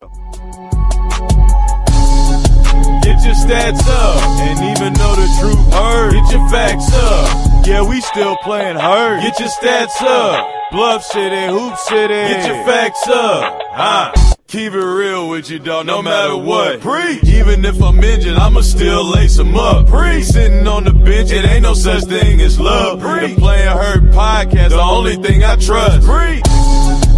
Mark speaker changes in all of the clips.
Speaker 1: go. Get your stats up, and even though the truth hurt, get your facts up. Yeah, we still playing hurt. Get your stats up. Bluff City, Hoop City. Get your facts up. Huh? Keep it real with you, dog, no matter what. Preach. Even if I'm injured, I'ma still lace 'em up. Preach. Sitting on the bench, it ain't no such thing as love. Preach. The Playing Hurt podcast, the only thing I trust. Preach.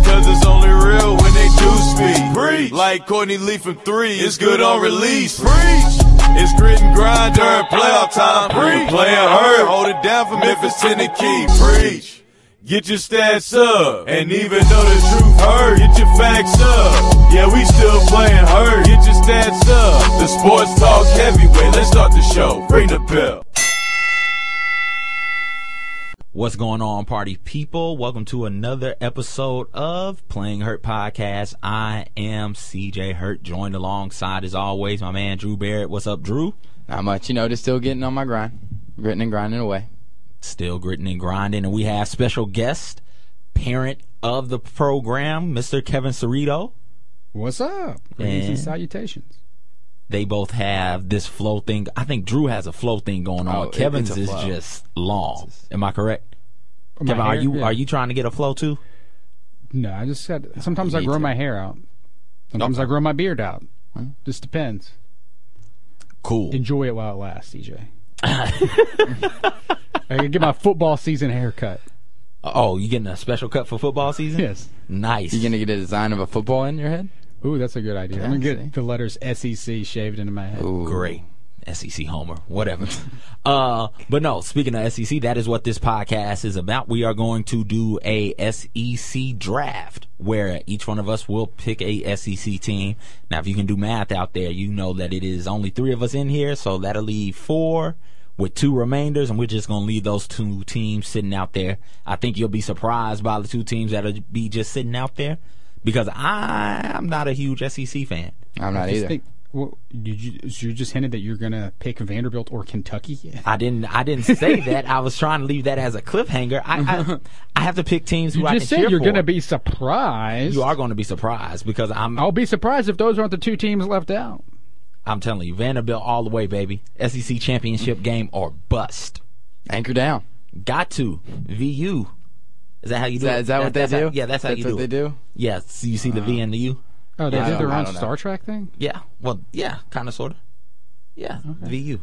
Speaker 1: Cause it's only real when they do speak. Preach. Like Courtney Lee from three, it's good on release. Preach. It's grit and grind during playoff time. Preach. Playing hurt, hold it down for Memphis, Tennessee. Preach. Get your stats up, and even though the truth hurt, get your facts up. Yeah, we still playing hurt. Get your stats up. The sports talk heavyweight. Let's start the show. Ring the bell.
Speaker 2: What's going on, party people? Welcome to another episode of Playing Hurt Podcast. I am CJ Hurt, joined alongside, as always, my man Drew Barrett. What's up, Drew?
Speaker 3: Not much, you know, just still getting on my grind. Gritting and grinding away.
Speaker 2: Still gritting and grinding. And we have special guest, parent of the program, Mr. Kevin Cerrito.
Speaker 4: What's up? Greetings
Speaker 2: And-
Speaker 4: and salutations.
Speaker 2: They both have this flow thing. I think Drew has a flow thing going on.
Speaker 3: Oh, it-
Speaker 2: Kevin's
Speaker 3: it's a
Speaker 2: is
Speaker 3: flow.
Speaker 2: just long. Am I correct?
Speaker 4: Or my
Speaker 2: Kevin, are
Speaker 4: hair,
Speaker 2: you
Speaker 4: yeah.
Speaker 2: are you trying to get a flow too?
Speaker 4: No, I just said. Sometimes I
Speaker 2: Me
Speaker 4: grow
Speaker 2: too.
Speaker 4: my hair out. Sometimes I grow my beard out. Just depends.
Speaker 2: Cool.
Speaker 4: Enjoy it while it lasts, EJ. I could get my football season haircut.
Speaker 2: Oh, you getting a special cut for football season?
Speaker 4: Yes.
Speaker 2: Nice.
Speaker 3: You gonna get a design of a football in your head?
Speaker 4: Ooh, that's a good idea. I'm gonna
Speaker 3: Yeah,
Speaker 4: get
Speaker 3: see?
Speaker 4: the letters SEC shaved into my head.
Speaker 3: Ooh.
Speaker 2: great SEC homer, whatever. uh, but no, speaking of SEC, that is what this podcast is about. We are going to do a SEC draft where each one of us will pick a SEC team. Now, if you can do math out there, you know that it is only three of us in here, so that'll leave four with two remainders, and we're just going to leave those two teams sitting out there. I think you'll be surprised by the two teams that'll be just sitting out there because I am not a huge SEC fan.
Speaker 3: I'm not
Speaker 4: Just
Speaker 3: either.
Speaker 4: think. Well, did you, so you just hinted that you're gonna pick Vanderbilt or Kentucky.
Speaker 2: I didn't. I didn't say that. I was trying to leave that as a cliffhanger. I I, I have to pick teams who
Speaker 4: You
Speaker 2: I can
Speaker 4: just said
Speaker 2: cheer
Speaker 4: you're
Speaker 2: for.
Speaker 4: gonna be surprised.
Speaker 2: You are going to be surprised because I'm.
Speaker 4: I'll be surprised if those aren't the two teams left out.
Speaker 2: I'm telling you, Vanderbilt all the way, baby. SEC championship game or bust.
Speaker 3: Anchor down.
Speaker 2: Got to VU. Is that how you
Speaker 3: Is
Speaker 2: do?
Speaker 3: that,
Speaker 2: it?
Speaker 3: is that what they
Speaker 2: that's
Speaker 3: do?
Speaker 2: How, yeah, that's, how you
Speaker 3: what
Speaker 2: do.
Speaker 3: they
Speaker 2: it.
Speaker 3: do. Uh-huh.
Speaker 2: Yeah, so you see the V and the U.
Speaker 4: Oh, they
Speaker 3: I
Speaker 4: did
Speaker 3: don't-
Speaker 4: their
Speaker 3: I
Speaker 4: own
Speaker 3: don't know.
Speaker 4: Star Trek thing.
Speaker 2: Yeah. Well, yeah, kind of, sort of. Yeah, VU.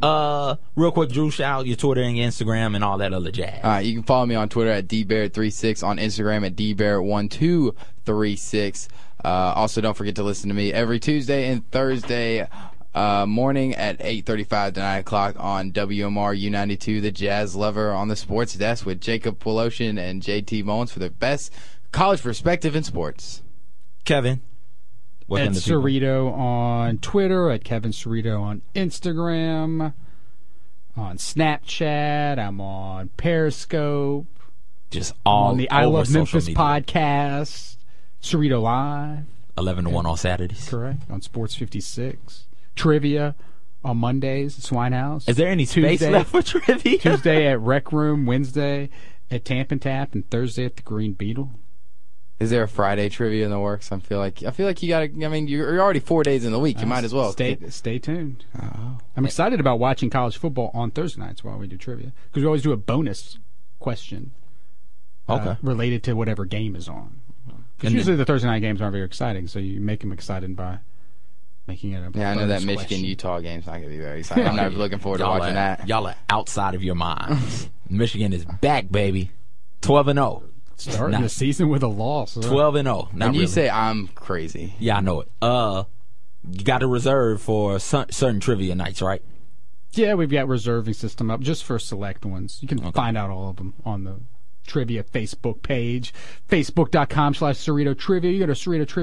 Speaker 2: Uh, real quick, Drew, shout out your Twitter and your Instagram and all that other jazz.
Speaker 3: All right, you can follow me on Twitter at dbear36, on Instagram at dbear1236. Uh, also, don't forget to listen to me every Tuesday and Thursday uh, morning at 8.35 to 9 o'clock on WMR U92, The Jazz Lover, on the Sports Desk with Jacob Woloshin and JT Mullins for the best college perspective in sports.
Speaker 2: Kevin. What
Speaker 4: At
Speaker 2: can the people-
Speaker 4: Cerrito on Twitter, at Kevin Cerrito on Instagram, on Snapchat, I'm on Periscope,
Speaker 2: Just all
Speaker 4: on the I
Speaker 2: over
Speaker 4: Love
Speaker 2: social
Speaker 4: Memphis
Speaker 2: media.
Speaker 4: podcast, Cerrito Live,
Speaker 2: 11 to 1 on Saturdays.
Speaker 4: correct, on Sports 56, Trivia on Mondays, Swinehouse.
Speaker 2: Is there any space
Speaker 4: Tuesday-
Speaker 2: left for trivia?
Speaker 4: Tuesday at Rec Room, Wednesday at Tamp and Tap, and Thursday at the Green Beetle.
Speaker 3: Is there a Friday trivia in the works? I feel like I feel like you got to. I mean, you're already four days in the
Speaker 4: Uh,
Speaker 3: week. You might as well. Oh.
Speaker 4: Stay, stay tuned. I'm excited about watching college football on Thursday nights while we do trivia because we always do a bonus question uh,
Speaker 2: Okay.
Speaker 4: related to whatever game is on. Because
Speaker 2: And
Speaker 4: usually the Thursday night games aren't very exciting, so you make them excited by making it a.
Speaker 3: Yeah, I know that
Speaker 4: bonus
Speaker 3: Michigan
Speaker 4: question.
Speaker 3: Utah game's not gonna be very exciting. I'm not looking forward to
Speaker 2: Y'all
Speaker 3: watching
Speaker 2: are,
Speaker 3: that.
Speaker 2: Y'all are outside of your minds. Michigan is back, baby. 12 and 0.
Speaker 4: starting
Speaker 2: Nah.
Speaker 4: the season with a loss. huh?
Speaker 2: 12 and 0. Not
Speaker 3: When you
Speaker 2: really.
Speaker 3: say I'm crazy,
Speaker 2: yeah, I know it. Uh, you got to reserve for cer- certain trivia nights, right?
Speaker 4: Yeah, we've got reserving system up just for select ones. You can find out all of them on the trivia Facebook page, facebook.com slash Cerrito Trivia. You go to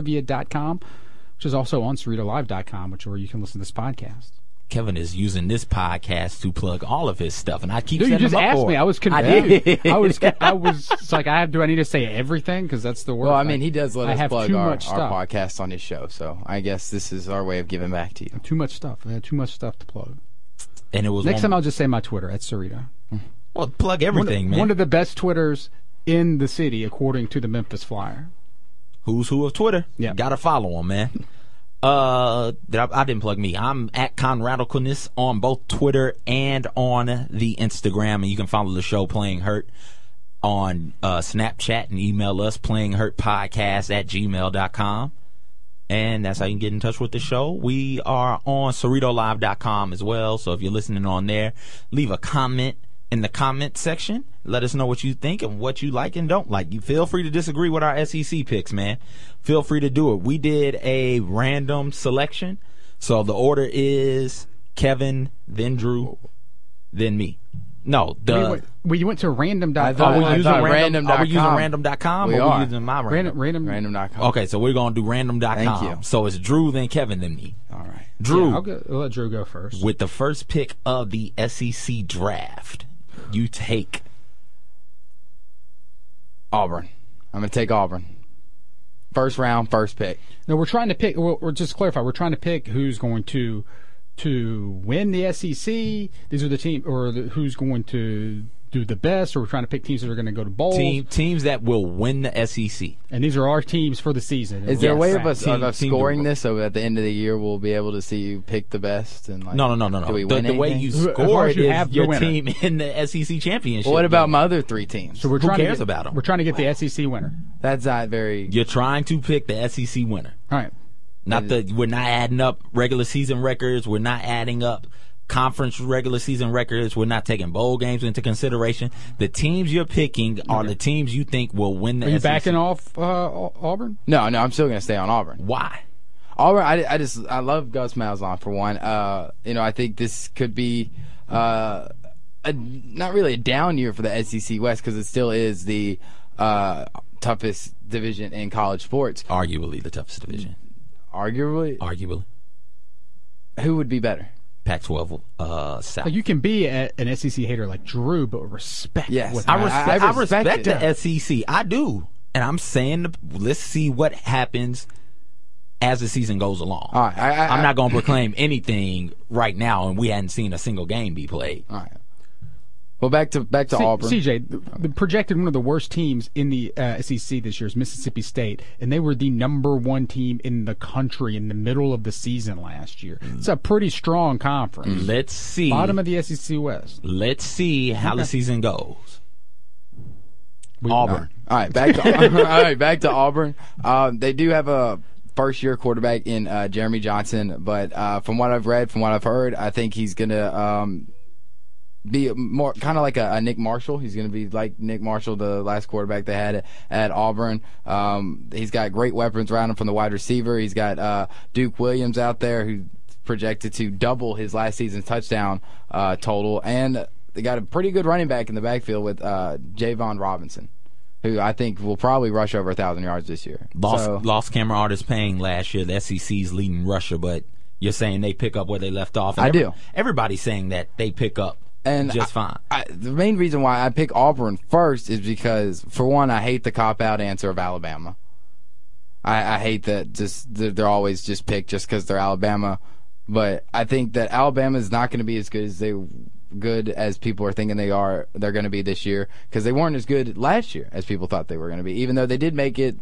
Speaker 4: CerritoTrivia.com, which is also on CerritoLive.com, which where you can listen to this podcast.
Speaker 2: Kevin is using this podcast to plug all of his stuff, and I keep
Speaker 4: Dude, you
Speaker 2: setting
Speaker 4: just
Speaker 2: him up
Speaker 4: asked
Speaker 2: for
Speaker 4: me.
Speaker 2: it.
Speaker 4: I was
Speaker 2: I
Speaker 4: confused.
Speaker 2: did.
Speaker 4: I, was, I was it's like, I do I need to say everything? Because that's the word.
Speaker 3: well, I mean, he does let
Speaker 4: I
Speaker 3: us
Speaker 4: have
Speaker 3: plug
Speaker 4: too
Speaker 3: our,
Speaker 4: much
Speaker 3: our
Speaker 4: stuff.
Speaker 3: podcast on his show, so I guess this is our way of giving back to you.
Speaker 4: Too much stuff. I had too much stuff to plug.
Speaker 2: and it was
Speaker 4: Next
Speaker 2: one,
Speaker 4: time, I'll just say my Twitter at Cerrito.
Speaker 2: well, plug everything, man.
Speaker 4: One of the best Twitters in the city, according to the Memphis Flyer.
Speaker 2: Who's who of Twitter?
Speaker 4: Yeah.
Speaker 2: Got to follow him, man. Uh, did I, I didn't plug me. I'm at Conradicalness on both Twitter and on the Instagram, and you can follow the show Playing Hurt on uh, Snapchat and email us Playing Hurt Podcast at gmail.com. And that's how you can get in touch with the show. We are on CerritoLive.com as well. So if you're listening on there, leave a comment in the comment section. Let us know what you think and what you like and don't like. You feel free to disagree with our SEC picks, man. Feel free to do it. We did a random selection. So the order is Kevin, then Drew, then me. No, the
Speaker 4: We went, we went to random.
Speaker 3: I
Speaker 4: Dot,
Speaker 3: thought-
Speaker 2: are
Speaker 4: oh,
Speaker 2: Uh, we
Speaker 3: I
Speaker 2: using
Speaker 3: thought
Speaker 2: random. Are we using
Speaker 3: random.com.
Speaker 2: random.com?
Speaker 3: We
Speaker 2: or
Speaker 3: are.
Speaker 2: we using my
Speaker 4: random,
Speaker 2: random?
Speaker 4: random.
Speaker 3: Random.com.
Speaker 2: Okay, so we're gonna do random.com.
Speaker 3: Thank you.
Speaker 2: So it's Drew, then Kevin, then me.
Speaker 3: All right.
Speaker 2: Drew
Speaker 4: I'll, go, I'll let Drew go first.
Speaker 2: with the first pick of the SEC draft. You take
Speaker 3: Auburn. I'm going to take Auburn. First round, first pick.
Speaker 4: No, we're trying to pick. We're, we're just to clarify. We're trying to pick who's going to to win the SEC. These are the team, or the, who's going to do the best. Or we're trying to pick teams that are going to go to bowls.
Speaker 3: Oh.
Speaker 2: team teams that will win the E SEC.
Speaker 4: And these are our teams for the season.
Speaker 3: Is there a way of
Speaker 4: Right.
Speaker 3: us
Speaker 2: Team-
Speaker 3: of us
Speaker 2: team
Speaker 3: scoring
Speaker 2: Google.
Speaker 3: this so at the end of the year we'll be able to see who picked the best and like
Speaker 2: No, no, no, no, no.
Speaker 3: Do we
Speaker 2: the,
Speaker 3: win
Speaker 2: the way
Speaker 3: anything?
Speaker 2: you
Speaker 4: Who- as
Speaker 2: score
Speaker 4: long as
Speaker 2: it
Speaker 4: you
Speaker 2: is
Speaker 4: have the
Speaker 2: your
Speaker 4: winner.
Speaker 2: team in the SEC championship.
Speaker 3: Well, what about my other three teams?
Speaker 4: So we're
Speaker 2: Who
Speaker 4: trying
Speaker 2: cares
Speaker 4: to get,
Speaker 2: about 'em?
Speaker 4: We're trying to get the SEC winner.
Speaker 3: That's not very.
Speaker 2: you're trying to pick the SEC winner?
Speaker 4: All right.
Speaker 2: Not the we're not adding up regular season records. We're not adding up conference regular season records. We're not taking bowl games into consideration. The teams you're picking are the teams you think will win the E
Speaker 4: Are you
Speaker 2: SEC.
Speaker 4: backing off uh, Au- Auburn?
Speaker 3: No, no, I'm still going to stay on Auburn.
Speaker 2: Why?
Speaker 3: Auburn, I, I just I love Gus Malzahn for one. Uh, you know, I think this could be uh, a, not really a down year for the SEC West because it still is the uh, toughest division in college sports.
Speaker 2: Arguably the toughest division.
Speaker 3: Arguably,
Speaker 2: Arguably.
Speaker 3: who would be better?
Speaker 2: Pac 12 uh,
Speaker 3: Oh,
Speaker 2: South.
Speaker 4: Like you can be a, an SEC hater like Drew, but respect.
Speaker 3: Yes.
Speaker 4: what
Speaker 2: I,
Speaker 4: that-
Speaker 2: res-
Speaker 3: I- I
Speaker 2: I
Speaker 3: respect
Speaker 2: respect, the SEC. I do. And I'm saying, the- let's see what happens as the season goes along.
Speaker 3: All right, I, I,
Speaker 2: I'm
Speaker 3: I-
Speaker 2: not going to proclaim anything right now, and we hadn't seen a single game be played.
Speaker 3: All right. Well, back to back to
Speaker 4: C-
Speaker 3: Auburn.
Speaker 4: CJ, the, the projected one of the worst teams in the uh, SEC this year is Mississippi State, and they were the number one team in the country in the middle of the season last year.
Speaker 3: Mm.
Speaker 4: It's a pretty strong conference.
Speaker 2: Let's see.
Speaker 4: Bottom of the SEC West.
Speaker 2: Let's see how the season goes.
Speaker 4: We-
Speaker 2: Auburn.
Speaker 3: All right, back to all right, back to Auburn. Um, they do have a first year quarterback in uh, Jeremy Johnson, but uh, from what I've read, from what I've heard, I think he's gonna um, be more kind of like a, a Nick Marshall. He's gonna be like Nick Marshall, the last quarterback they had at Auburn. Um, he's got great weapons around him from the wide receiver. He's got uh, Duke Williams out there who projected to double his last season's touchdown uh, total and. They got a pretty good running back in the backfield with uh, Javon Robinson who I think will probably rush over a thousand yards this year.
Speaker 2: Lost,
Speaker 3: So-
Speaker 2: lost camera artist paying last year. The SEC's leading rusher, but you're saying they pick up where they left off. And
Speaker 3: I
Speaker 2: every-
Speaker 3: do.
Speaker 2: Everybody's saying that they pick up
Speaker 3: And
Speaker 2: just
Speaker 3: I-
Speaker 2: fine.
Speaker 3: I, the main reason why I pick Auburn first is because, for one, I hate the cop out answer of Alabama. I, I hate that just that they're always just picked just because they're Alabama. But I think that Alabama is not going to be as good as they good as people are thinking they are. They're going to be this year because they weren't as good last year as people thought they were going to be. Even though they did make it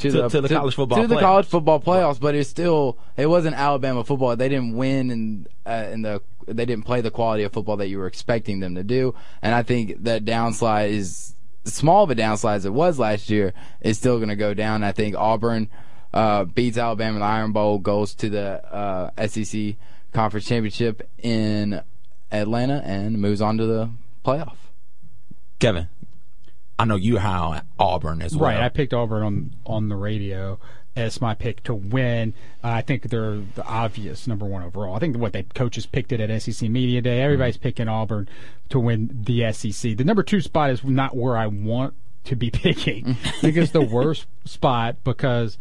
Speaker 3: to,
Speaker 2: To- to the college football
Speaker 3: to the
Speaker 2: playoffs.
Speaker 3: college football playoffs, but it's still it wasn't Alabama football. They didn't win and uh, in the they didn't play the quality of football that you were expecting them to do. And I think that downslide is small of a downslide as it was last year is still going to go down. I think Auburn uh, beats Alabama in the Iron Bowl, goes to the uh, SEC conference championship in Atlanta, and moves on to the playoff.
Speaker 2: Kevin, I know you're high on Auburn as well.
Speaker 4: Right, I picked Auburn on on the radio as my pick to win. Uh, I think they're the obvious number one overall. I think what they coaches picked it at SEC Media Day. Everybody's
Speaker 2: Mm-hmm.
Speaker 4: picking Auburn to win the SEC. The number two spot is not where I want to be picking. I think it's the worst spot because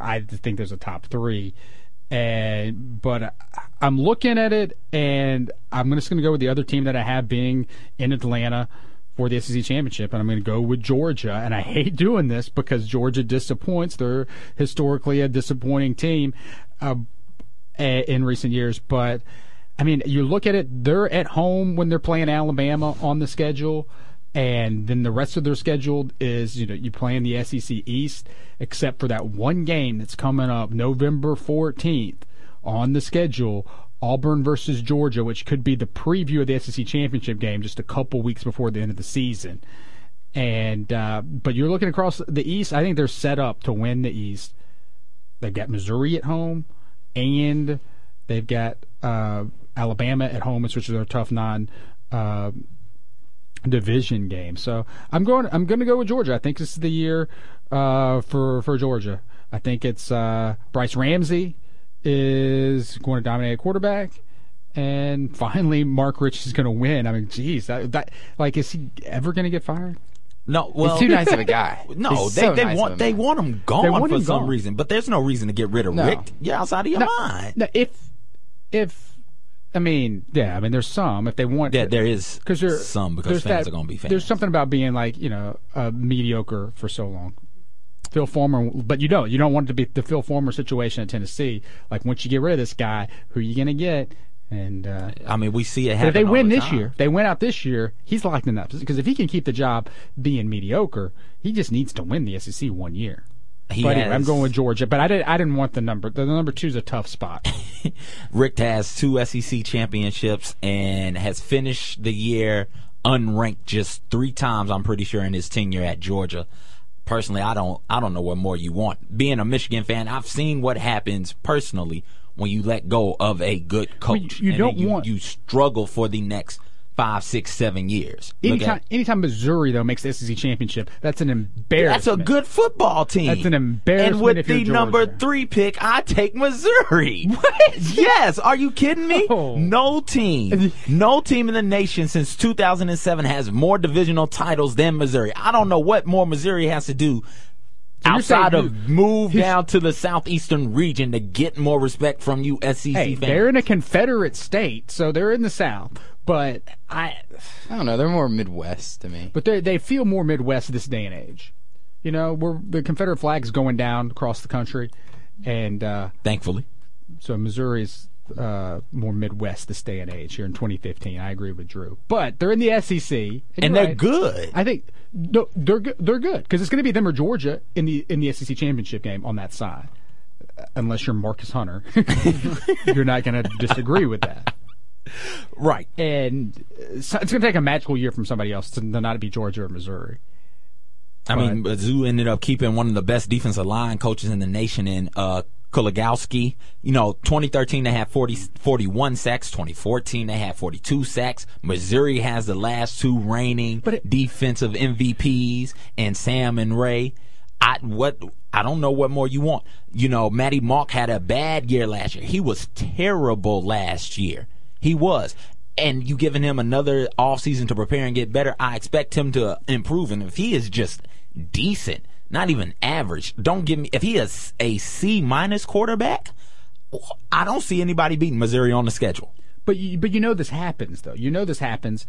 Speaker 4: I think there's a top three. And but I'm looking at it, and I'm just going to go with the other team that I have being in Atlanta for the SEC championship, and I'm going to go with Georgia. And I hate doing this because Georgia disappoints. They're historically a disappointing team uh, a- in recent years, but I mean, you look at it; they're at home when they're playing Alabama on the schedule. and then the rest of their schedule is you know you play in the SEC East, except for that one game that's coming up November fourteenth on the schedule. Auburn versus Georgia, which could be the preview of the SEC championship game, just a couple weeks before the end of the season. And uh, but you're looking across the East. I think they're set up to win the East. They've got Missouri at home, and they've got uh, Alabama at home, which is their tough non. Uh, division game. So I'm going. I'm going to go with Georgia. I think this is the year uh, for for Georgia. I think it's uh, Bryce Ramsey is going to dominate a quarterback, and finally Mark Rich is going to win. I mean, geez, that, that like is he ever going to get fired?
Speaker 2: No, well,
Speaker 3: He's too nice of a guy.
Speaker 2: No,
Speaker 3: He's
Speaker 2: they,
Speaker 3: so
Speaker 2: they
Speaker 3: nice
Speaker 2: want
Speaker 3: of a
Speaker 2: they
Speaker 3: man.
Speaker 2: want him gone
Speaker 4: want
Speaker 2: for
Speaker 4: him
Speaker 2: some
Speaker 4: gone.
Speaker 2: reason, but there's no reason to get rid of
Speaker 3: No.
Speaker 2: Rick. You're outside of your mind.
Speaker 4: No, if if I mean, yeah, I mean, there's some if they want.
Speaker 2: Yeah, there is
Speaker 4: because there
Speaker 2: some because
Speaker 4: there's
Speaker 2: fans
Speaker 4: that-
Speaker 2: are going to be fans.
Speaker 4: There's something about being like you know uh, mediocre for so long. Phil Former, but you don't you don't want it to be the Phil Former situation at Tennessee. Like once you get rid of this guy, who are you gonna get? And uh,
Speaker 2: I mean, we see it happen.
Speaker 4: if they
Speaker 2: all
Speaker 4: win
Speaker 2: the
Speaker 4: this
Speaker 2: time.
Speaker 4: year, if they win out this year, he's locked in that because if he can keep the job being mediocre, he just needs to win the SEC one year.
Speaker 2: He
Speaker 4: but anyway, I'm
Speaker 2: has-
Speaker 4: going with Georgia, but I didn't I didn't want the number. The number two is a tough spot.
Speaker 2: Rick has two SEC championships and has finished the year unranked just three times. I'm pretty sure in his tenure at Georgia. Personally, I don't I don't know what more you want. Being a Michigan fan, I've seen what happens personally when you let go of a good coach.
Speaker 4: you
Speaker 2: And
Speaker 4: don't
Speaker 2: then you,
Speaker 4: want-
Speaker 2: you struggle for the next five, six, seven years. Look
Speaker 4: Anytime,
Speaker 2: at-
Speaker 4: anytime Missouri though makes the SEC championship, that's an embarrassment.
Speaker 2: that's a good football team.
Speaker 4: That's an embarrassment
Speaker 2: And with
Speaker 4: if
Speaker 2: the
Speaker 4: you're
Speaker 2: number
Speaker 4: Georgia.
Speaker 2: three pick, I take Missouri. What? Yes. Are you kidding me?
Speaker 4: Oh.
Speaker 2: No team, no team in the nation since 2007 has more divisional titles than Missouri. I don't know what more Missouri has to do.
Speaker 4: you're saying
Speaker 2: Outside
Speaker 4: you-
Speaker 2: of move
Speaker 4: he's-
Speaker 2: down to the southeastern region to get more respect from you SEC
Speaker 4: Hey,
Speaker 2: fans.
Speaker 4: they're in a Confederate state, so they're in the South. But I,
Speaker 3: I don't know. They're more Midwest to me.
Speaker 4: but they they feel more Midwest this day and age. You know, where the Confederate flag's going down across the country, and uh,
Speaker 2: Thankfully,
Speaker 4: so Missouri's uh, more Midwest this day and age here in 2015. I agree with Drew, but they're in the SEC, and, you're
Speaker 2: and they're
Speaker 4: right.
Speaker 2: good.
Speaker 4: I think no, they're go- they're good because it's going to be them or Georgia in the in the SEC championship game on that side, unless you're Marcus Hunter, you're not going to disagree with that.
Speaker 2: right.
Speaker 4: And uh, so it's going to take a magical year from somebody else to, to not be Georgia or Missouri.
Speaker 2: I mean, Mizzou ended up keeping one of the best defensive line coaches in the nation in uh, Kuligowski. You know, 2013 they had 40, 41 sacks. 2014 they had 42 sacks. Missouri has the last two reigning defensive MVPs and Sam and Ray. I what I don't know what more you want. You know, Matty Mock had a bad year last year. He was terrible last year. He was. And you giving him another offseason to prepare and get better, I expect him to improve. And if he is just decent, not even average, don't give me if he is a C minus quarterback, I don't see anybody beating Missouri on the schedule.
Speaker 4: But you, but you know this happens though. You know this happens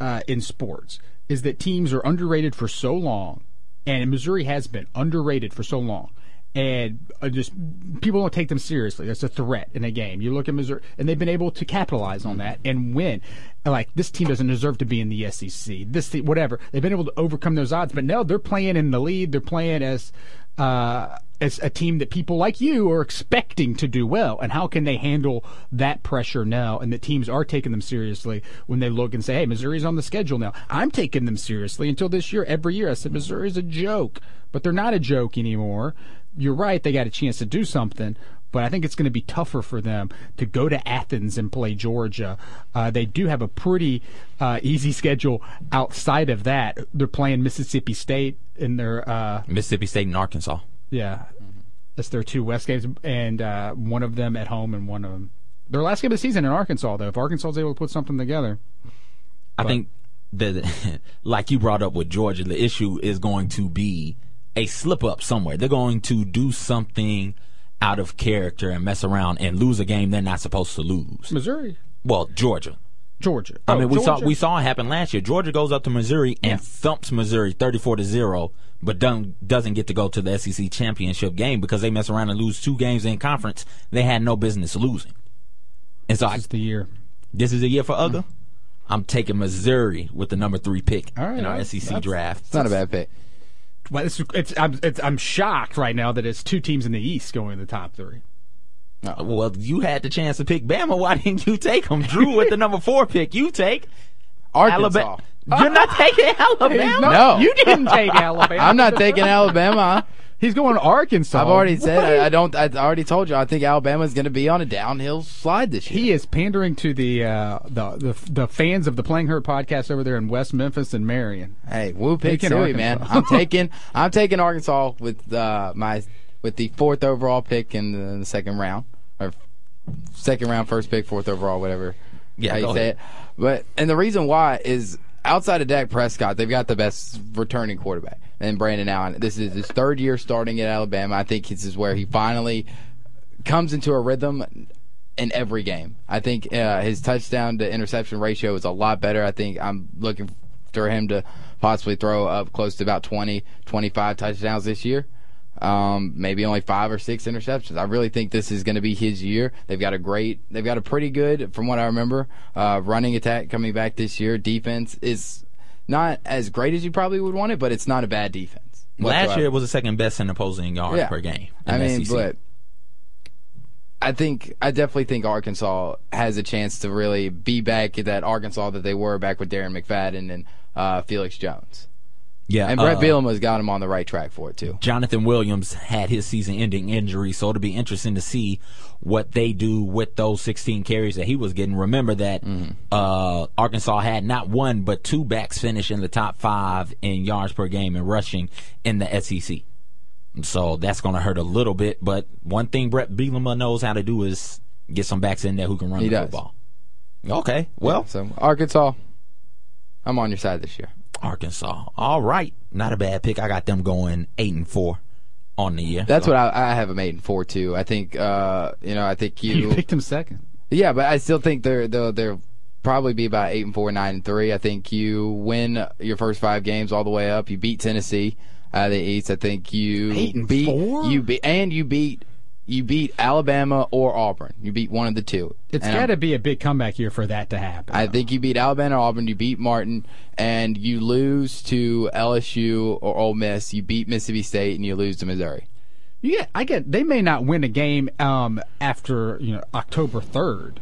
Speaker 4: uh, in sports is that teams are underrated for so long, and Missouri has been underrated for so long, and uh, just people don't take them seriously. That's a threat in a game. You look at Missouri, and they've been able to capitalize on that and win. Like this team doesn't deserve to be in the SEC. This team, whatever they've been able to overcome those odds. But now they're playing in the lead. They're playing as uh, as a team that people like you are expecting to do well, and how can they handle that pressure now? And the teams are taking them seriously when they look and say, "Hey, Missouri's on the schedule now." I'm taking them seriously until this year. Every year, I said Missouri's a joke, but they're not a joke anymore. You're right; they got a chance to do something, but I think it's going to be tougher for them to go to Athens and play Georgia. Uh, they do have a pretty uh, easy schedule outside of that. They're playing Mississippi State in their. Uh,
Speaker 2: Mississippi State and Arkansas.
Speaker 4: yeah.
Speaker 3: Mm-hmm.
Speaker 4: That's their two West games, and uh, one of them at home and one of them. Their last game of the season in Arkansas, though. If Arkansas is able to put something together,
Speaker 2: I think the like you brought up with Georgia, the issue is going to be a slip up somewhere. They're going to do something out of character and mess around and lose a game they're not supposed to lose.
Speaker 4: Missouri,
Speaker 2: Well, Georgia.
Speaker 4: Georgia.
Speaker 3: Oh,
Speaker 2: I mean, we saw
Speaker 4: Georgia.
Speaker 2: we saw it happen last year. Georgia goes up to Missouri and thumps Missouri thirty-four to zero, but done, doesn't get to go to the SEC championship game because they mess around and lose two games in conference they had no business losing. And so I,
Speaker 4: This is the year.
Speaker 2: this is a year for Uga.
Speaker 3: Mm-hmm.
Speaker 2: I'm taking Missouri with the number three pick
Speaker 4: All right,
Speaker 2: in our
Speaker 4: that's-
Speaker 2: SEC
Speaker 4: that's-
Speaker 2: draft.
Speaker 3: It's not a bad pick.
Speaker 4: Well, it's, it's, I'm, it's, I'm shocked right now that it's two teams in the East going in the top three.
Speaker 2: Well, you had the chance to pick Bama. Why didn't you take him? Drew with the number four pick. You take
Speaker 3: Arkansas.
Speaker 2: Alabama. You're not taking Alabama.
Speaker 3: No.
Speaker 4: you didn't take Alabama.
Speaker 3: I'm not taking Alabama.
Speaker 4: He's going to Arkansas.
Speaker 3: I've already said I, I don't. I already told you. I think Alabama's going to be on a downhill slide this year.
Speaker 4: He is pandering to the, uh, the the the fans of the Playing Her podcast over there in West Memphis and Marion.
Speaker 3: Hey, woo pick
Speaker 4: Taking
Speaker 3: Suey,
Speaker 4: Arkansas.
Speaker 3: man. I'm taking I'm taking Arkansas with uh, my with the fourth overall pick in the, the second round or second round first pick, fourth overall, whatever.
Speaker 2: Yeah,
Speaker 3: how you
Speaker 2: go
Speaker 3: say
Speaker 2: ahead.
Speaker 3: it. But and the reason why is outside of Dak Prescott, they've got the best returning quarterback and Brandon Allen. This is his third year starting at Alabama. I think this is where he finally comes into a rhythm in every game. I think uh, his touchdown to interception ratio is a lot better. I think I'm looking for him to possibly throw up close to about 20, 25 touchdowns this year. Um, maybe only five or six interceptions. I really think this is going to be his year. They've got a great, they've got a pretty good, from what I remember, uh, running attack coming back this year. Defense is not as great as you probably would want it, but it's not a bad defense.
Speaker 2: Last
Speaker 3: whatsoever.
Speaker 2: year it was the second best in opposing yards
Speaker 3: Yeah.
Speaker 2: per game.
Speaker 3: I
Speaker 2: in E
Speaker 3: mean,
Speaker 2: SEC.
Speaker 3: but I think I definitely think Arkansas has a chance to really be back at that Arkansas that they were back with Darren McFadden and uh, Felix Jones.
Speaker 2: yeah,
Speaker 3: And Brett
Speaker 2: uh,
Speaker 3: Bielema's got him on the right track for it too.
Speaker 2: Jonathan Williams had his season-ending injury, so it'll be interesting to see what they do with those 16 carries that he was getting. Remember that
Speaker 3: Mm-hmm.
Speaker 2: uh, Arkansas had not one but two backs finish in the top five in yards per game and rushing in the SEC. So that's going to hurt a little bit, but one thing Brett Bielema knows how to do is get some backs in there who can run
Speaker 3: He
Speaker 2: the
Speaker 3: does.
Speaker 2: football. Okay, well,
Speaker 3: So Arkansas, I'm on your side this year.
Speaker 2: Arkansas. All right, not a bad pick. I got them going eight and four on the year.
Speaker 3: That's what I, I have them eight and four too. I think uh, you know I think
Speaker 4: You
Speaker 3: you
Speaker 4: picked him second.
Speaker 3: yeah, but I still think they're they'll they'll probably be about eight and four, nine and three. I think you win your first five games all the way up. You beat Tennessee out of the East. I think you
Speaker 4: Eight and
Speaker 3: beat
Speaker 4: four?
Speaker 3: you beat and you beat you beat Alabama or Auburn. You beat one of the two.
Speaker 4: It's
Speaker 3: And I'm-
Speaker 4: got to be a big comeback year for that to happen.
Speaker 3: I think you beat Alabama, Auburn, you beat Martin, and you lose to LSU or Ole Miss. You beat Mississippi State, and you lose to Missouri.
Speaker 4: You get, I get. They may not win a game um, after you know October third.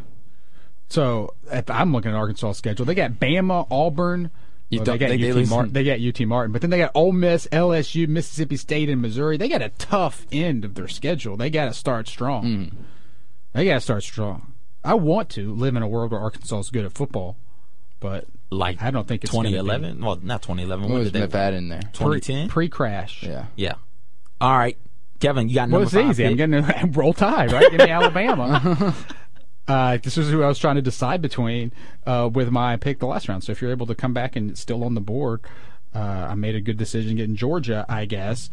Speaker 4: So if I'm looking at Arkansas' schedule, they got Bama, Auburn.
Speaker 3: You
Speaker 4: well,
Speaker 3: don't
Speaker 4: they got
Speaker 3: think they
Speaker 4: UT
Speaker 3: lose-
Speaker 4: Martin. They got UT Martin, but then they got Ole Miss, LSU, Mississippi State, and Missouri. They got a tough end of their schedule. They got to start strong.
Speaker 3: Hmm.
Speaker 4: They got to start strong. I want to live in a world where Arkansas is good at football, but
Speaker 2: like
Speaker 4: I don't think it's gonna be-
Speaker 2: 2011. Well, not 2011.
Speaker 3: What
Speaker 2: When
Speaker 3: was
Speaker 2: did they?
Speaker 3: McFadden there?
Speaker 2: 2010.
Speaker 4: pre-crash.
Speaker 3: Yeah.
Speaker 2: yeah. All right, Kevin, you got number
Speaker 4: Well, it's
Speaker 2: five
Speaker 4: easy. I'm
Speaker 2: pick.
Speaker 4: getting a roll tie, right? Give me Alabama. Uh, this is who I was trying to decide between uh, with my pick the last round. So if you're able to come back and it's still on the board, uh, I made a good decision getting Georgia, I guess.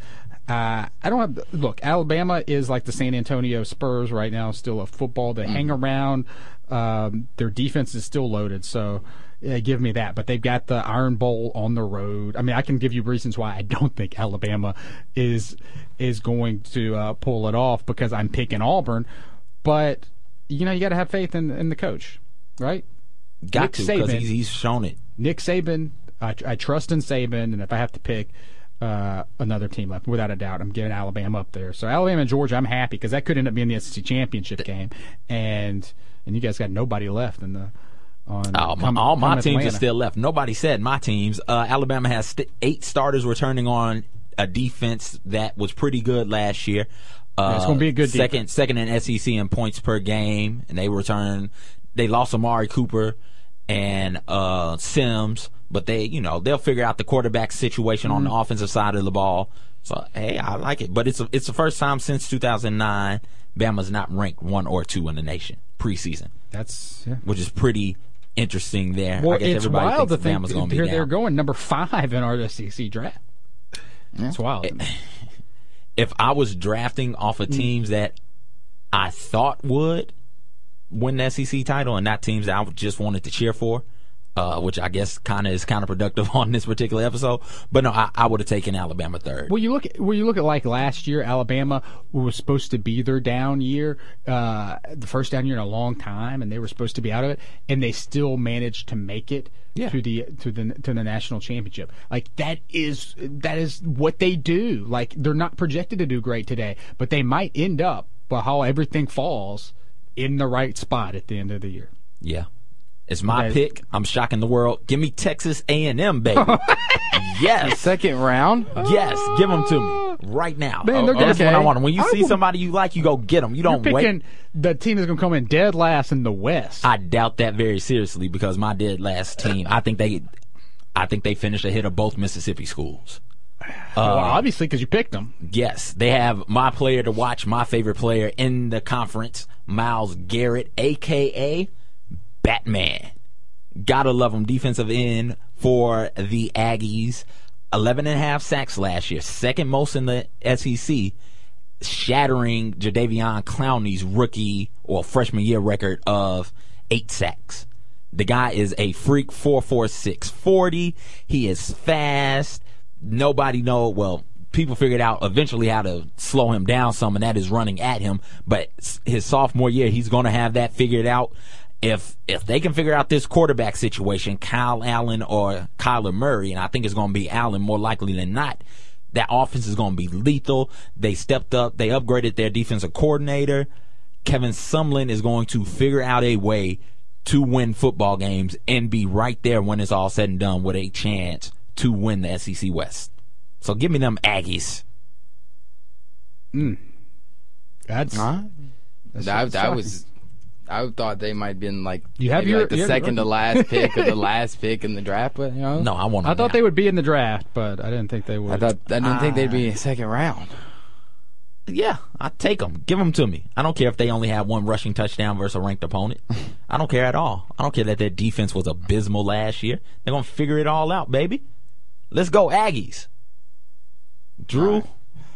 Speaker 4: Uh, I don't have look. Alabama is like the San Antonio Spurs right now, still a football. They hang around. Um, their defense is still loaded, so uh, give me that. But they've got the Iron Bowl on the road. I mean, I can give you reasons why I don't think Alabama is is going to uh, pull it off because I'm picking Auburn, but you know you got to have faith in in the coach, right?
Speaker 2: got
Speaker 4: Nick
Speaker 2: to because
Speaker 4: Saban.
Speaker 2: he's, he's shown it.
Speaker 4: Nick Saban, I, I trust in Saban, and if I have to pick uh, another team left, without a doubt, I'm giving Alabama up there. So Alabama and Georgia, I'm happy because that could end up being the SEC championship game, and and you guys got nobody left in the on
Speaker 2: Oh, my,
Speaker 4: come-
Speaker 2: all my
Speaker 4: come
Speaker 2: teams
Speaker 4: Atlanta.
Speaker 2: are still left. Nobody said my teams. Uh, Alabama has st- eight starters returning on a defense that was pretty good last year. Uh,
Speaker 4: it's gonna be a good
Speaker 2: second second in SEC in points per game, and they return. They lost Amari Cooper and uh, Sims, but they you know they'll figure out the quarterback situation on the
Speaker 4: Mm-hmm.
Speaker 2: offensive side of the ball. So hey, I like it, but it's a, it's the first time since 2009 Bama's not ranked one or two in the nation preseason
Speaker 4: That's yeah.
Speaker 2: which is pretty interesting there. I
Speaker 4: well,
Speaker 2: guess
Speaker 4: it's
Speaker 2: everybody
Speaker 4: wild to
Speaker 2: thinks
Speaker 4: think
Speaker 2: Bama's going to
Speaker 4: here
Speaker 2: be
Speaker 4: they're
Speaker 2: down.
Speaker 4: going number five in our SEC draft. It's wild.
Speaker 2: Eh, if I was drafting off
Speaker 4: Mm.
Speaker 2: of teams that I E thought would win the SEC title and not teams that I just wanted to cheer for, uh, which I guess kind of is counterproductive on this particular episode. But no, I, I would have taken Alabama third.
Speaker 4: Well, you look at, well, you look at like last year, Alabama was supposed to be their down year, uh, the first down year in a long time, and they were supposed to be out of it, and they still managed to make it
Speaker 2: Yeah.
Speaker 4: to the to the to the national championship. Like that is that is what they do. Like they're not projected to do great today, but they might end up, but how everything falls, in the right spot at the end of the year.
Speaker 2: Yeah. It's my
Speaker 4: Okay.
Speaker 2: pick. I'm shocking the world. Give me Texas A&M, baby. yes.
Speaker 3: Second round?
Speaker 2: Yes. Give them to me right now. Oh,
Speaker 4: Man, they're
Speaker 2: That's
Speaker 3: gonna-
Speaker 2: what I want. When you
Speaker 4: I
Speaker 2: see
Speaker 4: will-
Speaker 2: somebody you like, you go get them. You
Speaker 4: You're
Speaker 2: don't wait. Uh,
Speaker 4: picking the team that's going to come in dead last in the West.
Speaker 2: I doubt that very seriously because my dead last team, I think they I think they finished ahead of both Mississippi schools.
Speaker 4: well, obviously, because you picked them.
Speaker 2: Yes, they have my player to watch, my favorite player in the conference, Miles Garrett, aka Batman. Gotta love him. Defensive end for the Aggies. 11 and a half sacks last year, second most in the E SEC, shattering Jadavion Clowney's rookie or freshman year record of eight sacks. The guy is a freak 44640. He is fast. Nobody know well, people figured out eventually how to slow him down some and that is running at him, but s- his sophomore year he's going to have that figured out. If if they can figure out this quarterback situation, Kyle Allen or Kyler Murray, and I think it's going to be Allen more likely than not, that offense is going to be lethal. They stepped up. They upgraded their defensive coordinator. Kevin Sumlin is going to figure out a way to win football games and be right there when it's all said and done with a chance to win the SEC West. So give me them Aggies.
Speaker 4: That's
Speaker 3: Huh?
Speaker 4: That's
Speaker 3: I, I
Speaker 4: shocking.
Speaker 3: was. I thought they might have been like
Speaker 4: You have
Speaker 3: maybe
Speaker 4: your-
Speaker 3: like the
Speaker 4: you have your
Speaker 3: second to last pick or the last pick in the draft, but you know.
Speaker 2: No, I want.
Speaker 4: I
Speaker 2: them
Speaker 4: thought
Speaker 2: now.
Speaker 4: they would be in the draft, but I didn't think they would.
Speaker 3: I thought I didn't think they'd
Speaker 4: Ah.
Speaker 3: be in second round.
Speaker 2: Yeah, I take them. Give them to me. I don't care if they only had one rushing touchdown versus a ranked opponent. I don't care at all. I don't care that their defense was abysmal last year. They're gonna figure it all out, baby. Let's go Aggies. Drew.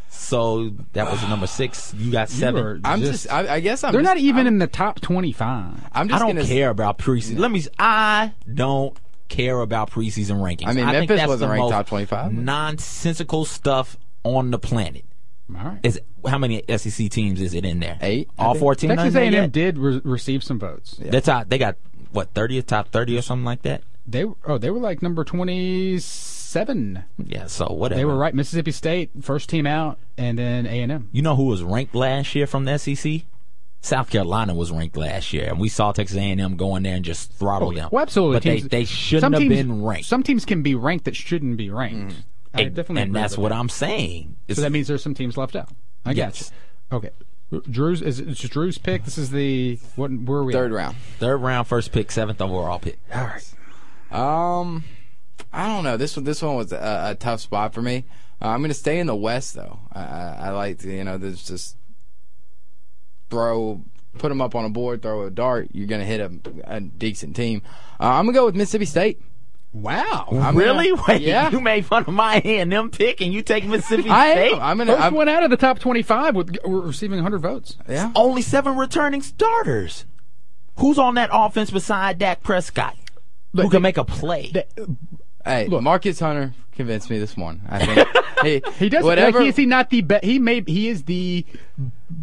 Speaker 2: So that was the number six. You got
Speaker 4: You
Speaker 2: seven.
Speaker 4: are
Speaker 3: I'm just. I, I guess I'm.
Speaker 4: they're
Speaker 3: just-
Speaker 4: not even
Speaker 3: I'm,
Speaker 2: um,
Speaker 4: in the top twenty-five.
Speaker 3: I'm
Speaker 2: I
Speaker 3: just
Speaker 2: don't
Speaker 3: gonna s-
Speaker 2: care about preseason. Let me. s- I don't care about preseason rankings.
Speaker 3: I mean,
Speaker 2: think
Speaker 3: Memphis
Speaker 2: that's
Speaker 3: wasn't
Speaker 2: the
Speaker 3: ranked
Speaker 2: most
Speaker 3: top 25.
Speaker 2: Nonsensical stuff on the planet.
Speaker 4: All right.
Speaker 2: Is how many SEC teams is it in there?
Speaker 3: Eight, I
Speaker 2: All
Speaker 3: think.
Speaker 2: fourteen.
Speaker 4: Texas
Speaker 2: Not in
Speaker 4: A&M
Speaker 2: there yet?
Speaker 4: did re- receive some votes.
Speaker 2: That's how they got what thirty or top thirty or something like that.
Speaker 4: They were- oh they were like number twenty-seven.
Speaker 2: Yeah, so whatever.
Speaker 4: They were right. Mississippi State first team out, and then A&M.
Speaker 2: You know who was ranked last year from the SEC? South Carolina was ranked last year, and we saw Texas A&M go in there and just throttle them.
Speaker 4: Well, Oh, absolutely.
Speaker 2: but they,
Speaker 4: teams-
Speaker 2: they shouldn't
Speaker 4: some
Speaker 2: have
Speaker 4: teams-
Speaker 2: been ranked. Mm.
Speaker 4: Some teams can be ranked that shouldn't be ranked. I
Speaker 2: and,
Speaker 4: definitely
Speaker 2: and
Speaker 4: agree
Speaker 2: that's
Speaker 4: with
Speaker 2: what
Speaker 4: that.
Speaker 2: I'm saying. It's-
Speaker 4: So that means there's some teams left out. I
Speaker 2: Yes.
Speaker 4: got you. Okay. Drew's is it's Drew's pick. This is the what? Where are we? at?
Speaker 3: third round.
Speaker 2: third round, first pick, seventh overall pick.
Speaker 3: All right. Um, I don't know. This one, this one was a, a tough spot for me. Uh, I'm gonna stay in the West though. I, I, I like to, you know, there's just throw, put them up on a board, throw a dart. You're gonna hit a, a decent team. Uh, I'm gonna go with Mississippi State.
Speaker 4: Wow.
Speaker 3: I'm
Speaker 2: really?
Speaker 3: gonna-
Speaker 2: Wait,
Speaker 3: yeah.
Speaker 2: you made fun of my A&M pick, and you take Mississippi
Speaker 3: I
Speaker 2: State?
Speaker 3: am. I'm gonna.
Speaker 4: 1st
Speaker 3: I'm,
Speaker 4: one out of the top 25 with we're receiving 100 votes.
Speaker 3: yeah.
Speaker 2: Only seven returning starters. Who's on that offense beside Dak Prescott? Who can make a play?
Speaker 3: Hey, Marcus Hunter convinced me this morning. I think he
Speaker 4: He does.
Speaker 3: whatever.
Speaker 4: Like, is he not the best? He may. He is the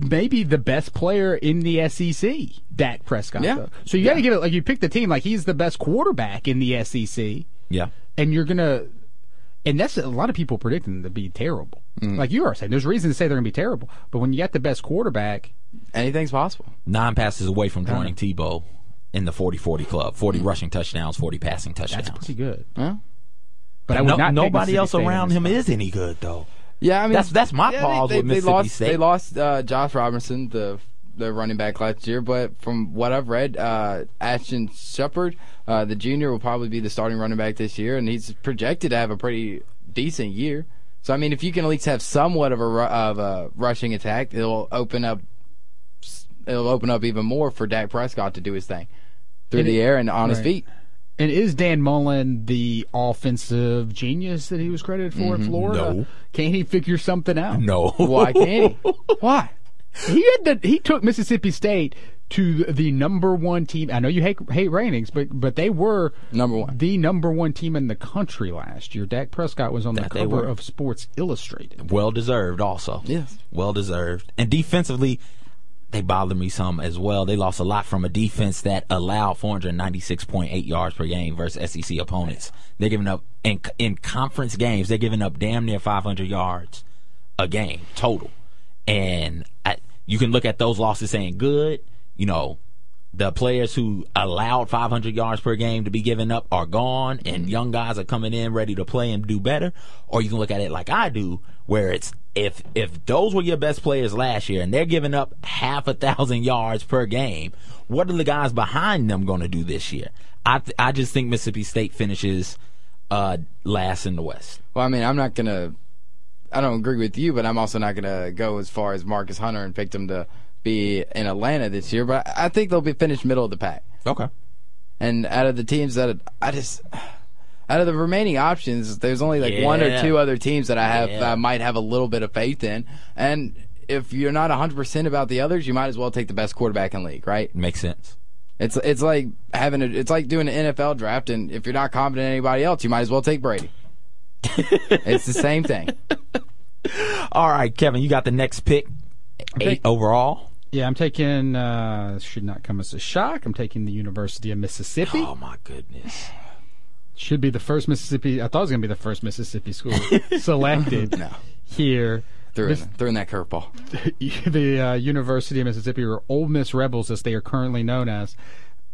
Speaker 4: maybe the best player in the SEC. Dak Prescott.
Speaker 3: Yeah.
Speaker 4: though. So you got to give it. Like you pick the team. Like he's the best quarterback in the SEC,
Speaker 2: yeah.
Speaker 4: and you're gonna. And that's a lot of people predicting to be terrible.
Speaker 3: Mm.
Speaker 4: Like you are saying, there's reason to say they're gonna be terrible. But when you got the best quarterback,
Speaker 3: Anything's possible.
Speaker 2: nine passes away from
Speaker 4: Uh-huh.
Speaker 2: joining Tebow in the 40-40 club. 40 rushing touchdowns, 40 passing touchdowns.
Speaker 4: Mm-hmm. that's pretty good.
Speaker 3: Yeah.
Speaker 4: But I would
Speaker 2: No-
Speaker 4: not. pick
Speaker 2: nobody
Speaker 4: Mississippi
Speaker 2: else
Speaker 4: State in
Speaker 2: around
Speaker 4: this
Speaker 2: him
Speaker 4: spot.
Speaker 2: is any good, though.
Speaker 3: Yeah, I mean
Speaker 2: That's- that's my pause
Speaker 3: they, they,
Speaker 2: with
Speaker 3: they
Speaker 2: Mississippi
Speaker 3: lost,
Speaker 2: State.
Speaker 3: They lost uh, Josh Robinson, the the running back last year, but from what I've read, uh, Ashton Shepard, uh, the junior, will probably be the starting running back this year, and he's projected to have a pretty decent year. So I mean, if you can at least have somewhat of a ru- of a rushing attack, it'll open up it'll open up even more for Dak Prescott to do his thing through
Speaker 4: And
Speaker 3: the
Speaker 4: it-
Speaker 3: air and on his
Speaker 4: right.
Speaker 3: feet.
Speaker 4: And is Dan Mullen the offensive genius that he was credited for in Florida?
Speaker 2: Mm-hmm. No.
Speaker 4: Can he figure something out?
Speaker 2: No.
Speaker 3: Why can't he? Why?
Speaker 4: He had the, he took Mississippi State to the number one team. I know you hate hate ratings, but but they were
Speaker 3: Number one.
Speaker 4: the number one team in the country last year. Dak Prescott was on the
Speaker 2: That they
Speaker 4: cover
Speaker 2: were.
Speaker 4: of Sports Illustrated.
Speaker 2: Well deserved, also.
Speaker 3: Yes.
Speaker 2: Well deserved. And defensively, they bother me some as well. They lost a lot from a defense that allowed 496.8 yards per game versus SEC opponents. They're giving up, in, in conference games, they're giving up damn near 500 yards a game total. And I, you can look at those losses saying, good, you know, the players who allowed 500 yards per game to be given up are gone and young guys are coming in ready to play and do better or you can look at it like I do where it's if if those were your best players last year and they're giving up half a thousand yards per game what are the guys behind them going to do this year I th- I just think Mississippi State finishes uh last in the west
Speaker 3: Well, I mean, I'm not gonna. I don't agree with you, but I'm also not gonna go as far as Marcus Hunter and picked him to be in Atlanta this year. But I I think they'll be finished middle of the pack.
Speaker 2: okay
Speaker 3: And out of the teams that I just, out of the remaining options, there's only like one or
Speaker 2: Yeah.
Speaker 3: two other teams that I have
Speaker 2: Yeah.
Speaker 3: I might have a little bit of faith in. And if you're not 100% about the others, you might as well take the best quarterback in league, right?
Speaker 2: makes sense
Speaker 3: It's it's like having a, it's like doing an NFL draft, and if you're not confident in anybody else, you might as well take Brady. it's the same thing.
Speaker 2: all right Kevin you got the next pick 8 overall
Speaker 4: Yeah, I'm taking. Uh, this should not come as a shock. I'm taking the University of Mississippi.
Speaker 2: oh my goodness
Speaker 4: Should be the first Mississippi. I thought it was gonna be the first Mississippi school selected
Speaker 3: No.
Speaker 4: here.
Speaker 3: Threw in, threw in that curveball.
Speaker 4: the uh, University of Mississippi or Ole Miss Rebels, as they are currently known as.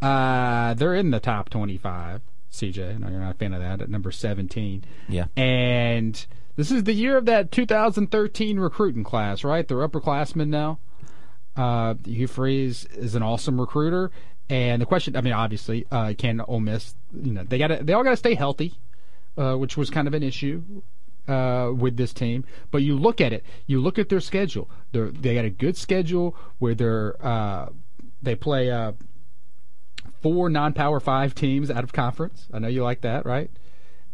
Speaker 4: Uh, they're in the top 25. CJ, I know you're not a fan of that. At number 17.
Speaker 2: Yeah.
Speaker 4: And this is the year of that 2013 recruiting class, right? They're upperclassmen now. Uh, Hugh Freeze is an awesome recruiter. And the question, I mean, obviously, uh, can Ole Miss, you know, they got to, they all got to stay healthy, uh, which was kind of an issue uh, with this team. But you look at it, you look at their schedule. They're, they got a good schedule where they're uh, they play uh, four non-power five teams out of conference. I know you like that, right?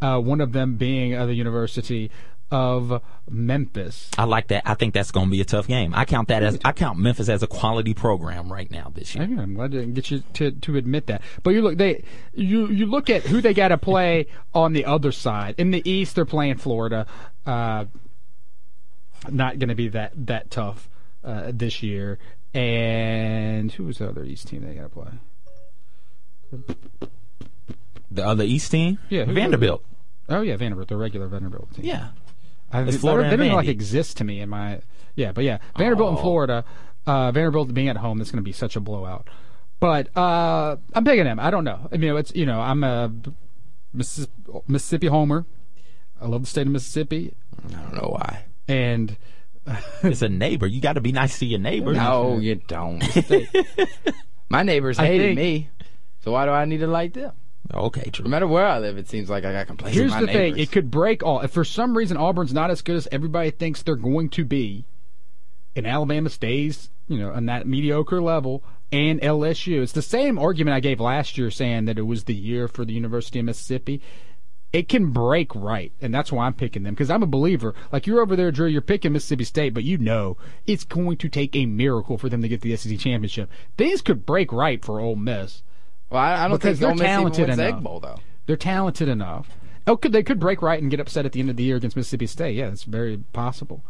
Speaker 4: Uh, one of them being uh, the University of Memphis.
Speaker 2: I like that. I think that's going to be a tough game. I count that as I count Memphis as a quality program right now this year.
Speaker 4: Yeah, I'm glad I didn't get you to, to admit that. But you look they you you look at who they got to play on the other side. In the East, they're playing Florida. Uh, not going to be that that tough uh, this year. And who was the other East team they got to play?
Speaker 2: The other East team,
Speaker 4: Yeah, who's
Speaker 2: Vanderbilt.
Speaker 4: Oh yeah, Vanderbilt, the regular Vanderbilt team.
Speaker 2: Yeah,
Speaker 4: I, they,
Speaker 2: Florida
Speaker 4: don't- they
Speaker 2: and
Speaker 4: don't even, like
Speaker 2: Vandy.
Speaker 4: exist to me in my yeah, but yeah, Vanderbilt and
Speaker 2: Oh.
Speaker 4: Florida, uh, Vanderbilt being at home, that's going to be such a blowout. But uh, I'm picking them. I don't know. I mean, it's you know, I'm a Missis- Mississippi homer. I love the state of Mississippi,
Speaker 3: I don't know why.
Speaker 4: and
Speaker 2: it's a neighbor. You got to be nice to your neighbor.
Speaker 3: No, you don't. My neighbors
Speaker 4: I
Speaker 3: hated
Speaker 4: think-
Speaker 3: me, so why do I need to like them?
Speaker 2: Okay,
Speaker 3: No
Speaker 2: true.
Speaker 3: matter where I live, it seems like I got complaints.
Speaker 4: here's
Speaker 3: with my
Speaker 4: the
Speaker 3: neighbors.
Speaker 4: thing: it could break all. If for some reason Auburn's not as good as everybody thinks they're going to be, and Alabama stays, you know, on that mediocre level, and LSU, it's the same argument I gave last year, saying that it was the year for the University of Mississippi. It can break right, and that's why I'm picking them because I'm a believer. Like you're over there, Drew, you're picking Mississippi State, but you know it's going to take a miracle for them to get the SEC championship. Things could break right for Ole Miss.
Speaker 3: Well, I, I don't
Speaker 4: because
Speaker 3: think Ole Miss
Speaker 4: they're
Speaker 3: even
Speaker 4: talented
Speaker 3: wins
Speaker 4: enough.
Speaker 3: Egg Bowl though.
Speaker 4: They're talented enough. Oh, could they could break right and get upset at the end of the year against Mississippi State? Yeah, that's very possible.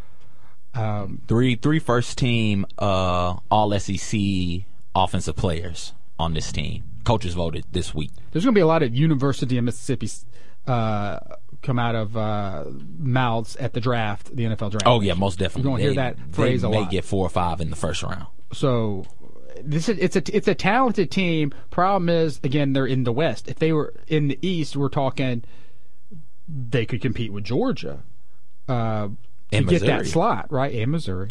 Speaker 2: Three three first team uh, All SEC offensive players on this team. Coaches voted this week.
Speaker 4: There's going to be a lot of University of Mississippi uh, come out of uh, mouths at the draft, the NFL draft.
Speaker 2: Oh yeah, most definitely.
Speaker 4: gonna hear
Speaker 2: They-
Speaker 4: that
Speaker 2: they
Speaker 4: phrase a
Speaker 2: may
Speaker 4: lot.
Speaker 2: get four or five in the first round.
Speaker 4: So this is it's a it's a talented team. Problem is, again, they're in the West. If they were in the East, we're talking they could compete with Georgia. Uh, to
Speaker 2: And
Speaker 4: get that
Speaker 2: Missouri.
Speaker 4: slot right in Missouri.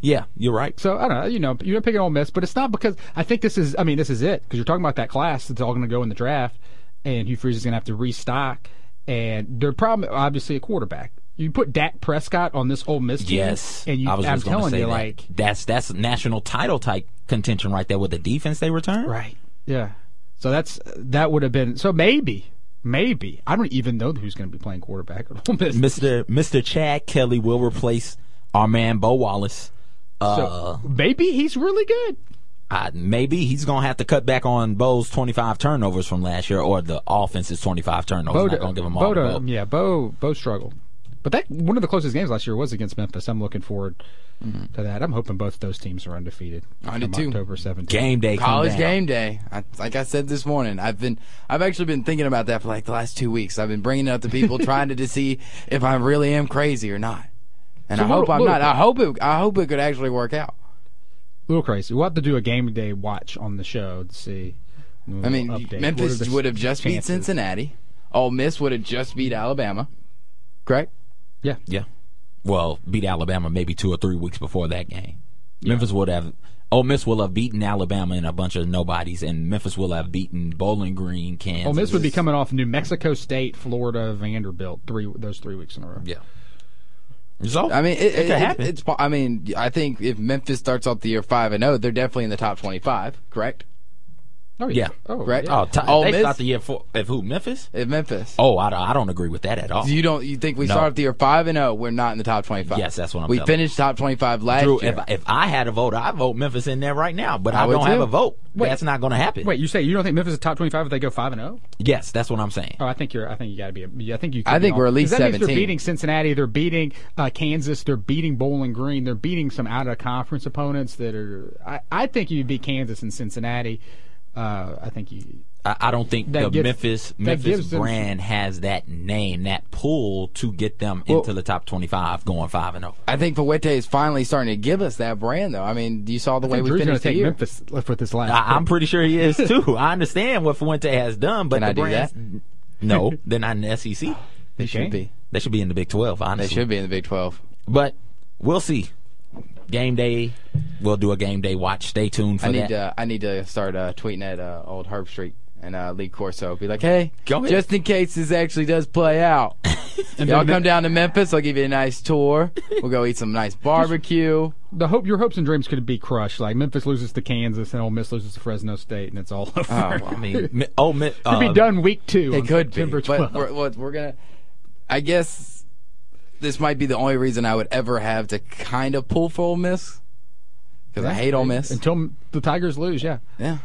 Speaker 2: Yeah, you're right.
Speaker 4: So I don't know. You know, you're picking Ole Miss, but it's not because I think this is. I mean, this is it because you're talking about that class that's all going to go in the draft, and Hugh Freeze is going to have to restock. And their problem, obviously, a quarterback. You put Dak Prescott on this Ole Miss team,
Speaker 2: Yes,
Speaker 4: and you,
Speaker 2: I was
Speaker 4: I'm
Speaker 2: just gonna
Speaker 4: telling
Speaker 2: say
Speaker 4: you,
Speaker 2: that.
Speaker 4: like,
Speaker 2: that's that's national title type contention right there with the defense they return.
Speaker 4: right, yeah. So that's that would have been so maybe, maybe I don't even know who's going to be playing quarterback at Ole Miss.
Speaker 2: Mr. Mr. Chad Kelly will replace our man Bo Wallace. uh,
Speaker 4: So maybe he's really good.
Speaker 2: I, maybe he's gonna have to cut back on Bo's 25 turnovers from last year, or the offense's 25 turnovers. I'm not gonna give him all. the
Speaker 4: Bo, do-
Speaker 2: vote.
Speaker 4: yeah, Bo Bo struggled, but that one of the closest games last year was against Memphis. I'm looking forward to that. I'm hoping both those teams are undefeated.
Speaker 3: Mm-hmm. I do
Speaker 4: from
Speaker 3: too.
Speaker 4: October 17th.
Speaker 2: Game day, come
Speaker 3: College
Speaker 2: down.
Speaker 3: game day. I, like I said this morning, I've been, I've actually been thinking about that for like the last two weeks. I've been bringing it up to people, trying to, to see if I really am crazy or not. And
Speaker 4: So
Speaker 3: I
Speaker 4: what-
Speaker 3: hope I'm
Speaker 4: what-
Speaker 3: not. I hope it. I hope it could actually work out.
Speaker 4: a little crazy. We'll have to do a game day watch on the show to see.
Speaker 3: I mean,
Speaker 4: Update. What are
Speaker 3: Memphis
Speaker 4: the
Speaker 3: would have just beat
Speaker 4: chances?
Speaker 3: Cincinnati. Ole Miss would have just beat Alabama. Correct.
Speaker 4: Yeah,
Speaker 2: Yeah. Well, beat Alabama maybe two or three weeks before that game. Memphis would have. Ole Miss will have beaten Alabama and a bunch of nobodies, and Memphis will have beaten Bowling Green, Kansas.
Speaker 4: Ole Miss would be coming off New Mexico State, Florida, Vanderbilt. Three those three weeks in a row.
Speaker 2: Yeah. So
Speaker 3: I mean, it, it,
Speaker 2: could happen.
Speaker 3: It's. I mean, I think if Memphis starts off the year five and zero, they're definitely in the top twenty-five. Correct.
Speaker 4: Oh
Speaker 2: Yeah.
Speaker 4: Oh
Speaker 3: Right.
Speaker 4: yeah.
Speaker 2: oh, t-
Speaker 3: Ole
Speaker 2: they
Speaker 3: Miss-
Speaker 2: start the year for if who Memphis?
Speaker 3: If Memphis.
Speaker 2: Oh, I, don't- I don't agree with that at all.
Speaker 3: You don't. You think we
Speaker 2: No.
Speaker 3: start off the year five and zero? We're not in the top twenty-five.
Speaker 2: Yes, that's what I'm
Speaker 3: We
Speaker 2: telling
Speaker 3: finished top twenty-five last
Speaker 2: Drew,
Speaker 3: year.
Speaker 2: if, if I had a vote, I'd vote Memphis in there right now, but
Speaker 3: I
Speaker 2: I,
Speaker 3: would
Speaker 2: don't have
Speaker 3: too.
Speaker 2: a vote.
Speaker 4: Wait.
Speaker 2: That's not going to happen.
Speaker 4: Wait, you say you don't think Memphis is top twenty-five if they go five and oh? zero?
Speaker 2: Yes, that's what I'm saying.
Speaker 4: Oh, I think you're. I think you got to be. A, I think you.
Speaker 3: I
Speaker 4: could be
Speaker 3: think
Speaker 4: all-
Speaker 3: we're at least
Speaker 4: 'cause that means
Speaker 3: 17.
Speaker 4: They're beating Cincinnati. They're beating uh, Kansas. They're beating Bowling Green. They're beating some out of conference opponents that are. I, I think you beat Kansas and Cincinnati. Uh, I think you.
Speaker 2: I, I don't think
Speaker 4: That
Speaker 2: the
Speaker 4: gives-
Speaker 2: Memphis
Speaker 4: that
Speaker 2: Memphis
Speaker 4: gives them-
Speaker 2: brand has that name, that pull to get them into the top 25 going 5 and oh. 0.
Speaker 3: I think Fuente is finally starting to give us that brand, though. I mean, you saw the way
Speaker 4: I think
Speaker 3: we
Speaker 4: Drew's going to
Speaker 3: finished the
Speaker 4: take
Speaker 3: year.
Speaker 4: Memphis left with this last.
Speaker 2: I, I'm pretty sure he is too. I understand what Fuente has done, but
Speaker 3: Can
Speaker 2: the
Speaker 3: I do
Speaker 2: brands, no, they're not in the SEC.
Speaker 3: They should be.
Speaker 2: They should be in the Big Twelve,
Speaker 3: They
Speaker 2: honestly.
Speaker 3: should be in the Big Twelve.
Speaker 2: but we'll see. Game day, we'll do a game day watch. Stay tuned for
Speaker 3: I
Speaker 2: that.
Speaker 3: need to. I need to start uh, tweeting at uh, old Herb Street and uh, Lee Corso. Be like, hey,
Speaker 2: Go ahead.
Speaker 3: just in case this actually does play out, y'all come down to Memphis. I'll give you a nice tour. We'll go eat some nice barbecue.
Speaker 4: The hope your hopes and dreams could be crushed. Like Memphis loses to Kansas and Ole Miss loses to Fresno State, and it's all over.
Speaker 3: Oh, um,
Speaker 2: I mean, mi- oh, mi-
Speaker 4: Could be
Speaker 2: uh,
Speaker 4: done week two.
Speaker 3: It
Speaker 4: on
Speaker 3: could be,
Speaker 4: September
Speaker 3: but
Speaker 4: 12th.
Speaker 3: we're, we're, we're gonna. I guess this might be the only reason I would ever have to kind of pull for Ole Miss because I hate Ole Miss.
Speaker 4: until the Tigers lose. Yeah.
Speaker 3: yeah, Uh,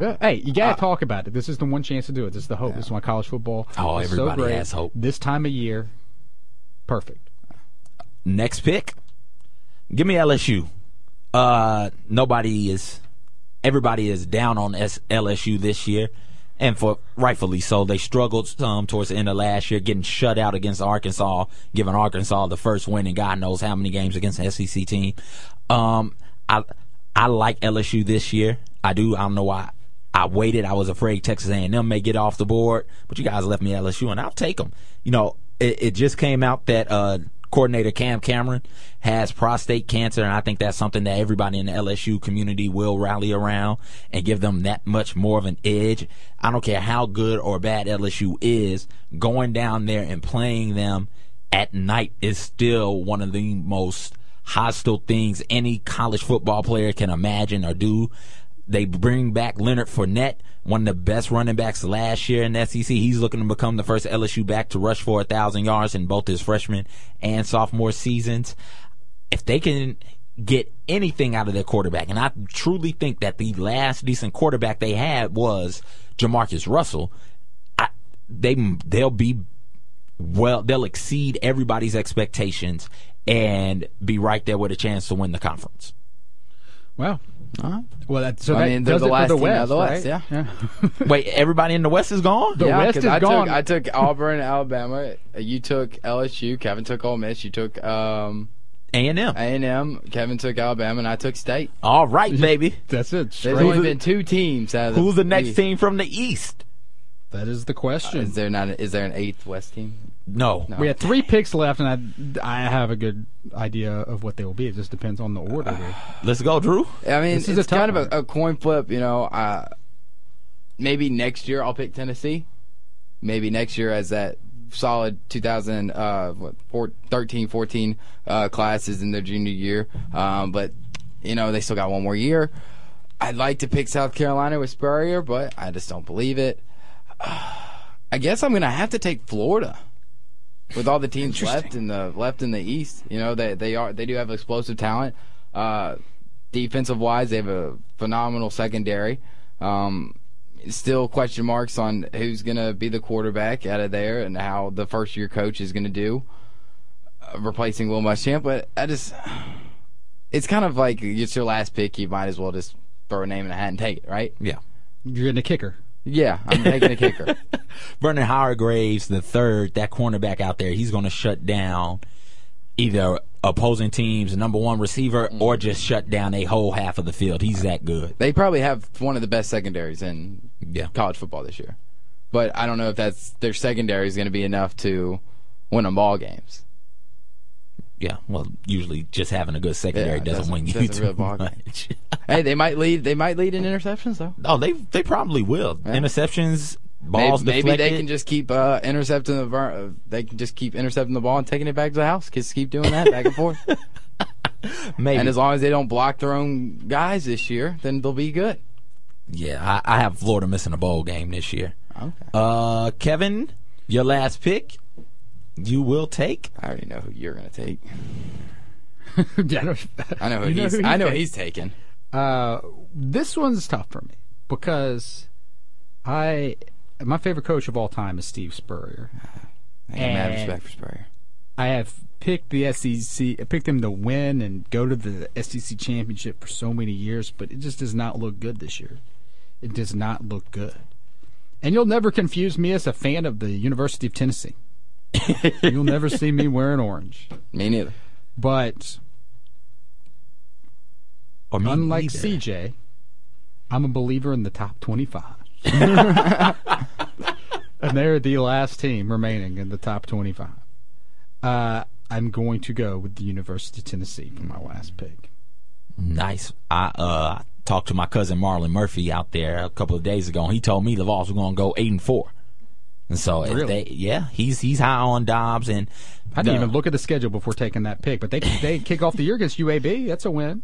Speaker 4: Yeah. Hey, you gotta talk about it. This is the one chance to do it. This is the hope. This is why college football.
Speaker 2: Oh,
Speaker 4: is
Speaker 2: everybody
Speaker 4: so great.
Speaker 2: has hope.
Speaker 4: This time of year, perfect.
Speaker 2: Next pick, give me LSU. Uh, nobody is, everybody is down on S- LSU this year, and for rightfully so. They struggled some towards the end of last year, getting shut out against Arkansas, giving Arkansas the first win in God knows how many games against an SEC team. Um, I I like LSU this year. I do. I don't know why. I waited. I was afraid Texas A&M may get off the board, but you guys left me LSU, and I'll take them. You know, it, it just came out that uh, coordinator Cam Cameron has prostate cancer, and I think that's something that everybody in the LSU community will rally around and give them that much more of an edge. I don't care how good or bad LSU is, going down there and playing them at night is still one of the most hostile things any college football player can imagine or do. They bring back Leonard Fournette, one of the best running backs last year in the SEC. He's looking to become the first LSU back to rush for a thousand yards in both his freshman and sophomore seasons. If they can get anything out of their quarterback, and I truly think that the last decent quarterback they had was Jamarcus Russell, I, they they'll be well they'll exceed everybody's expectations and be right there with a chance to win the conference.
Speaker 4: Well, well, that, so
Speaker 3: I
Speaker 4: that
Speaker 3: mean, they're
Speaker 4: does
Speaker 3: the
Speaker 4: it
Speaker 3: last
Speaker 4: for
Speaker 3: team
Speaker 4: the West,
Speaker 3: out of the West,
Speaker 4: right?
Speaker 3: yeah.
Speaker 2: Wait, everybody in the West is gone?
Speaker 4: The West
Speaker 3: 'cause
Speaker 4: is
Speaker 3: I
Speaker 4: gone.
Speaker 3: Took, I took Auburn, Alabama. You took LSU. Kevin took Ole Miss. You took um,
Speaker 2: A and M.
Speaker 3: A&M. Kevin took Alabama, and I took State.
Speaker 2: All right, baby.
Speaker 4: That's it.
Speaker 3: There's
Speaker 4: Straight.
Speaker 3: only been two teams out of
Speaker 2: Who's the next
Speaker 3: league.
Speaker 2: team from the East?
Speaker 4: that is the question.
Speaker 3: Is there not? is there an eighth West team?
Speaker 2: No.
Speaker 4: we had three picks left, and I, I have a good idea of what they will be. It just depends on the order.
Speaker 3: Uh,
Speaker 4: here.
Speaker 2: Let's go, Drew.
Speaker 3: I mean,
Speaker 4: This is
Speaker 3: it's
Speaker 4: a tough
Speaker 3: kind of
Speaker 4: one.
Speaker 3: a, a coin flip, you know. Uh, maybe next year I'll pick Tennessee. Maybe next year as that solid 2000, uh, what, four, 13, 14 uh, classes in their junior year. Um, but, you know, they still got one more year. I'd like to pick South Carolina with Spurrier, but I just don't believe it. I guess I'm going to have to take Florida. With all the teams left in the left in the East, you know they they are they do have explosive talent. Uh, defensive wise, they have a phenomenal secondary. Um, still question marks on who's going to be the quarterback out of there and how the first year coach is going to do uh, replacing Will Muschamp. But I just, it's kind of like it's your last pick. You might as well just throw a name in a hat and take it, right?
Speaker 2: Yeah.
Speaker 4: You're in a kicker.
Speaker 3: Yeah, I'm taking a kicker.
Speaker 2: Vernon Howard Graves, the third, that cornerback out there, he's going to shut down either opposing team's number one receiver
Speaker 3: Mm-hmm.
Speaker 2: or just shut down a whole half of the field. He's that good.
Speaker 3: They probably have one of the best secondaries in
Speaker 2: Yeah.
Speaker 3: college football this year. But I don't know if that's their secondary is going to be enough to win them ball games.
Speaker 2: Yeah. Well, usually just having a good secondary
Speaker 3: Yeah, it
Speaker 2: doesn't,
Speaker 3: doesn't-
Speaker 2: win you
Speaker 3: doesn't
Speaker 2: too
Speaker 3: really bog you.
Speaker 2: much.
Speaker 3: Hey, they might lead. They might lead in interceptions though.
Speaker 2: oh, they they probably will. Interceptions,
Speaker 3: Maybe,
Speaker 2: balls
Speaker 3: maybe
Speaker 2: deflected.
Speaker 3: they can just keep uh, intercepting the. ver- Uh, they can just keep intercepting the ball and taking it back to the house. Just keep doing that back and forth.
Speaker 2: maybe.
Speaker 3: And as long as they don't block their own guys this year, then they'll be good.
Speaker 2: yeah, I, I have Florida missing a bowl game this year.
Speaker 3: Okay.
Speaker 2: Uh, Kevin, your last pick, you will take.
Speaker 3: I already know who you're going to take.
Speaker 4: Yeah,
Speaker 3: I know who
Speaker 4: You know
Speaker 3: he's.
Speaker 4: who
Speaker 3: I
Speaker 4: he's
Speaker 3: know
Speaker 4: taking.
Speaker 3: he's taking.
Speaker 4: Uh, this one's tough for me because I my favorite coach of all time is Steve Spurrier.
Speaker 3: I got mad
Speaker 4: And-
Speaker 3: respect for Spurrier.
Speaker 4: I have picked the SEC, I picked them to win and go to the SEC championship for so many years, but it just does not look good this year. It does not look good. And you'll never confuse me as a fan of the University of Tennessee. you'll never see me wearing orange.
Speaker 3: Me neither.
Speaker 4: But
Speaker 2: Or me
Speaker 4: unlike
Speaker 2: neither.
Speaker 4: CJ, I'm a believer in the top 25. and they're the last team remaining in the top 25. Uh, I'm going to go with the University of Tennessee for my last pick.
Speaker 2: Nice. I uh talked to my cousin Marlon Murphy out there a couple of days ago, and he told me the Vols were going to go eight and four. And so, if
Speaker 4: Really?
Speaker 2: they, yeah, he's he's high on Dobbs, and
Speaker 4: I didn't
Speaker 2: the-
Speaker 4: even look at the schedule before taking that pick, but they they kick off the year against UAB. That's a win.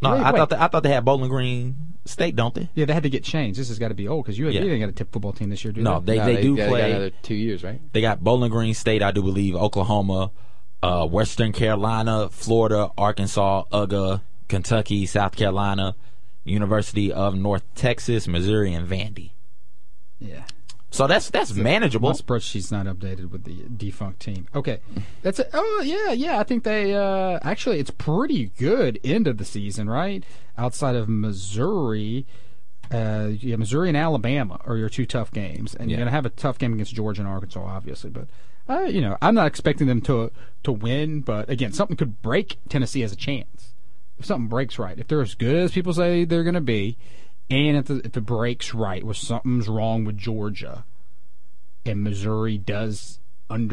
Speaker 2: No,
Speaker 4: Wait,
Speaker 2: I
Speaker 4: wait.
Speaker 2: thought they, I thought they had Bowling Green State, don't they?
Speaker 4: Yeah, they had to get changed. This has got to be old because UAB
Speaker 2: Yeah.
Speaker 4: didn't got a tip football team this year, do
Speaker 2: No, they,
Speaker 4: they?
Speaker 3: No,
Speaker 2: they, do
Speaker 3: got- got
Speaker 2: play.
Speaker 3: another two years, right?
Speaker 2: They got Bowling Green State, I do believe, Oklahoma, uh, Western Carolina, Florida, Arkansas, UGA, Kentucky, South Carolina, University of North Texas, Missouri, and Vandy.
Speaker 4: Yeah.
Speaker 2: So that's that's
Speaker 4: My
Speaker 2: manageable.
Speaker 4: spreadsheet's not updated with the defunct team. Okay, that's it. Oh yeah, yeah. I think they uh, actually it's pretty good end of the season, right? Outside of Missouri, uh, yeah, Missouri and Alabama are your two tough games, and you're
Speaker 2: Yeah.
Speaker 4: gonna have a tough game against Georgia and Arkansas, obviously. But uh, you know, I'm not expecting them to to win, but again, something could break Tennessee as a chance if something breaks right, if they're as good as people say they're going to be, and if, the, if it breaks right, where something's wrong with Georgia, and Missouri does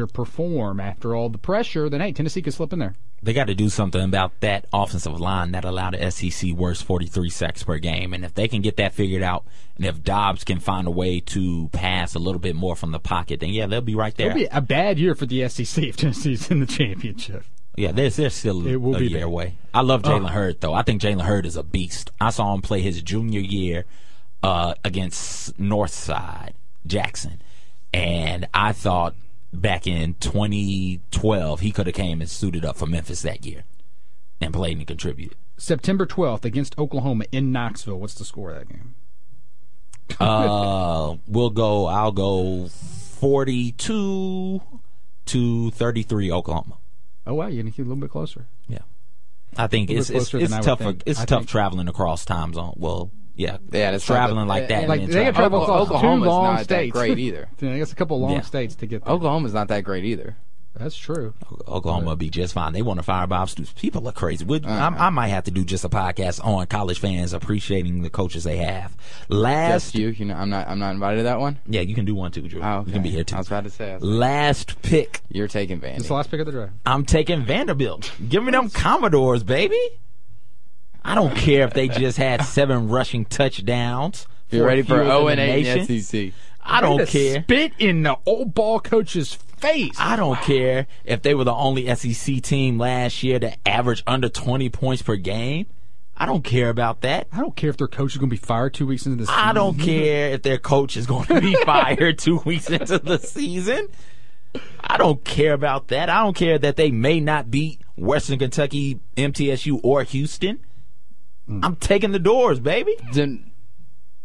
Speaker 4: underperform after all the pressure, then hey, Tennessee could slip in there.
Speaker 2: They got to do something about that offensive line that allowed the E SEC worst 43 sacks per game. And if they can get that figured out, and if Dobbs can find a way to pass a little bit more from the pocket, then yeah, they'll be right there.
Speaker 4: It'll be a bad year for the SEC if Tennessee's in the championship.
Speaker 2: yeah, they're, they're still
Speaker 4: It will
Speaker 2: a
Speaker 4: be Oh.
Speaker 2: year
Speaker 4: bad.
Speaker 2: away. I love Jalen Hurd, though. I think Jalen Hurd is a beast. I saw him play his junior year uh, against Northside Jackson. And I thought back in 2012, he could have came and suited up for Memphis that year and played and contributed.
Speaker 4: September 12th against Oklahoma in Knoxville. What's the score of that game?
Speaker 2: Uh, we'll go. I'll go forty-two to thirty-three, Oklahoma.
Speaker 4: Oh, wow, you're going to get a little bit closer.
Speaker 2: Yeah, I think
Speaker 4: little
Speaker 2: it's it's,
Speaker 4: closer than
Speaker 2: it's
Speaker 4: I would
Speaker 2: tough. for-
Speaker 4: think.
Speaker 2: It's
Speaker 4: I
Speaker 2: tough
Speaker 4: think-
Speaker 2: traveling across time zone. Well, yeah,
Speaker 3: Yeah, it's
Speaker 2: traveling
Speaker 3: not the-
Speaker 2: like that.
Speaker 3: and
Speaker 4: Like,
Speaker 2: and
Speaker 4: they
Speaker 2: then
Speaker 4: got travel
Speaker 3: Oklahoma-
Speaker 4: across two
Speaker 3: Oklahoma's
Speaker 4: long
Speaker 3: not that
Speaker 4: states.
Speaker 3: great either. Oh.
Speaker 4: Yeah, it's a couple long
Speaker 2: Yeah.
Speaker 4: states to get there.
Speaker 3: Oklahoma's not that great either.
Speaker 4: That's true.
Speaker 2: Oklahoma would be just fine. They want to fire Bob Stoops. People are crazy. Would
Speaker 3: Uh-huh.
Speaker 2: I, I might have to do just a podcast on college fans appreciating the coaches they have.
Speaker 3: That's
Speaker 2: Last,
Speaker 3: you. you know, I'm not. I'm not invited to that one.
Speaker 2: yeah, you can do one too, Drew.
Speaker 3: Oh, okay.
Speaker 2: You can be here too.
Speaker 3: I was about to say. I was like,
Speaker 2: Last pick.
Speaker 3: You're taking Vandy.
Speaker 4: It's the last pick of the draft.
Speaker 2: I'm taking Vanderbilt. Give me them Commodores, baby. I don't care if they just had seven rushing touchdowns.
Speaker 3: You're
Speaker 2: fourth
Speaker 3: ready for
Speaker 2: fewest in
Speaker 3: 0
Speaker 2: the
Speaker 3: and 8 in
Speaker 2: nation.
Speaker 3: the E SEC.
Speaker 2: I don't care.
Speaker 4: Spit in the old ball coach's face.
Speaker 2: I don't care if they were the only SEC team last year to average under 20 points per game. I don't care about that.
Speaker 4: I don't care if their coach is going to be fired two weeks into this.
Speaker 2: I
Speaker 3: Mm-hmm.
Speaker 2: don't care if their coach is going to be fired two weeks into the season. I don't care about that. I don't care that they may not beat Western Kentucky, MTSU, or Houston,
Speaker 3: Mm.
Speaker 2: I'm taking the doors, baby.
Speaker 3: Then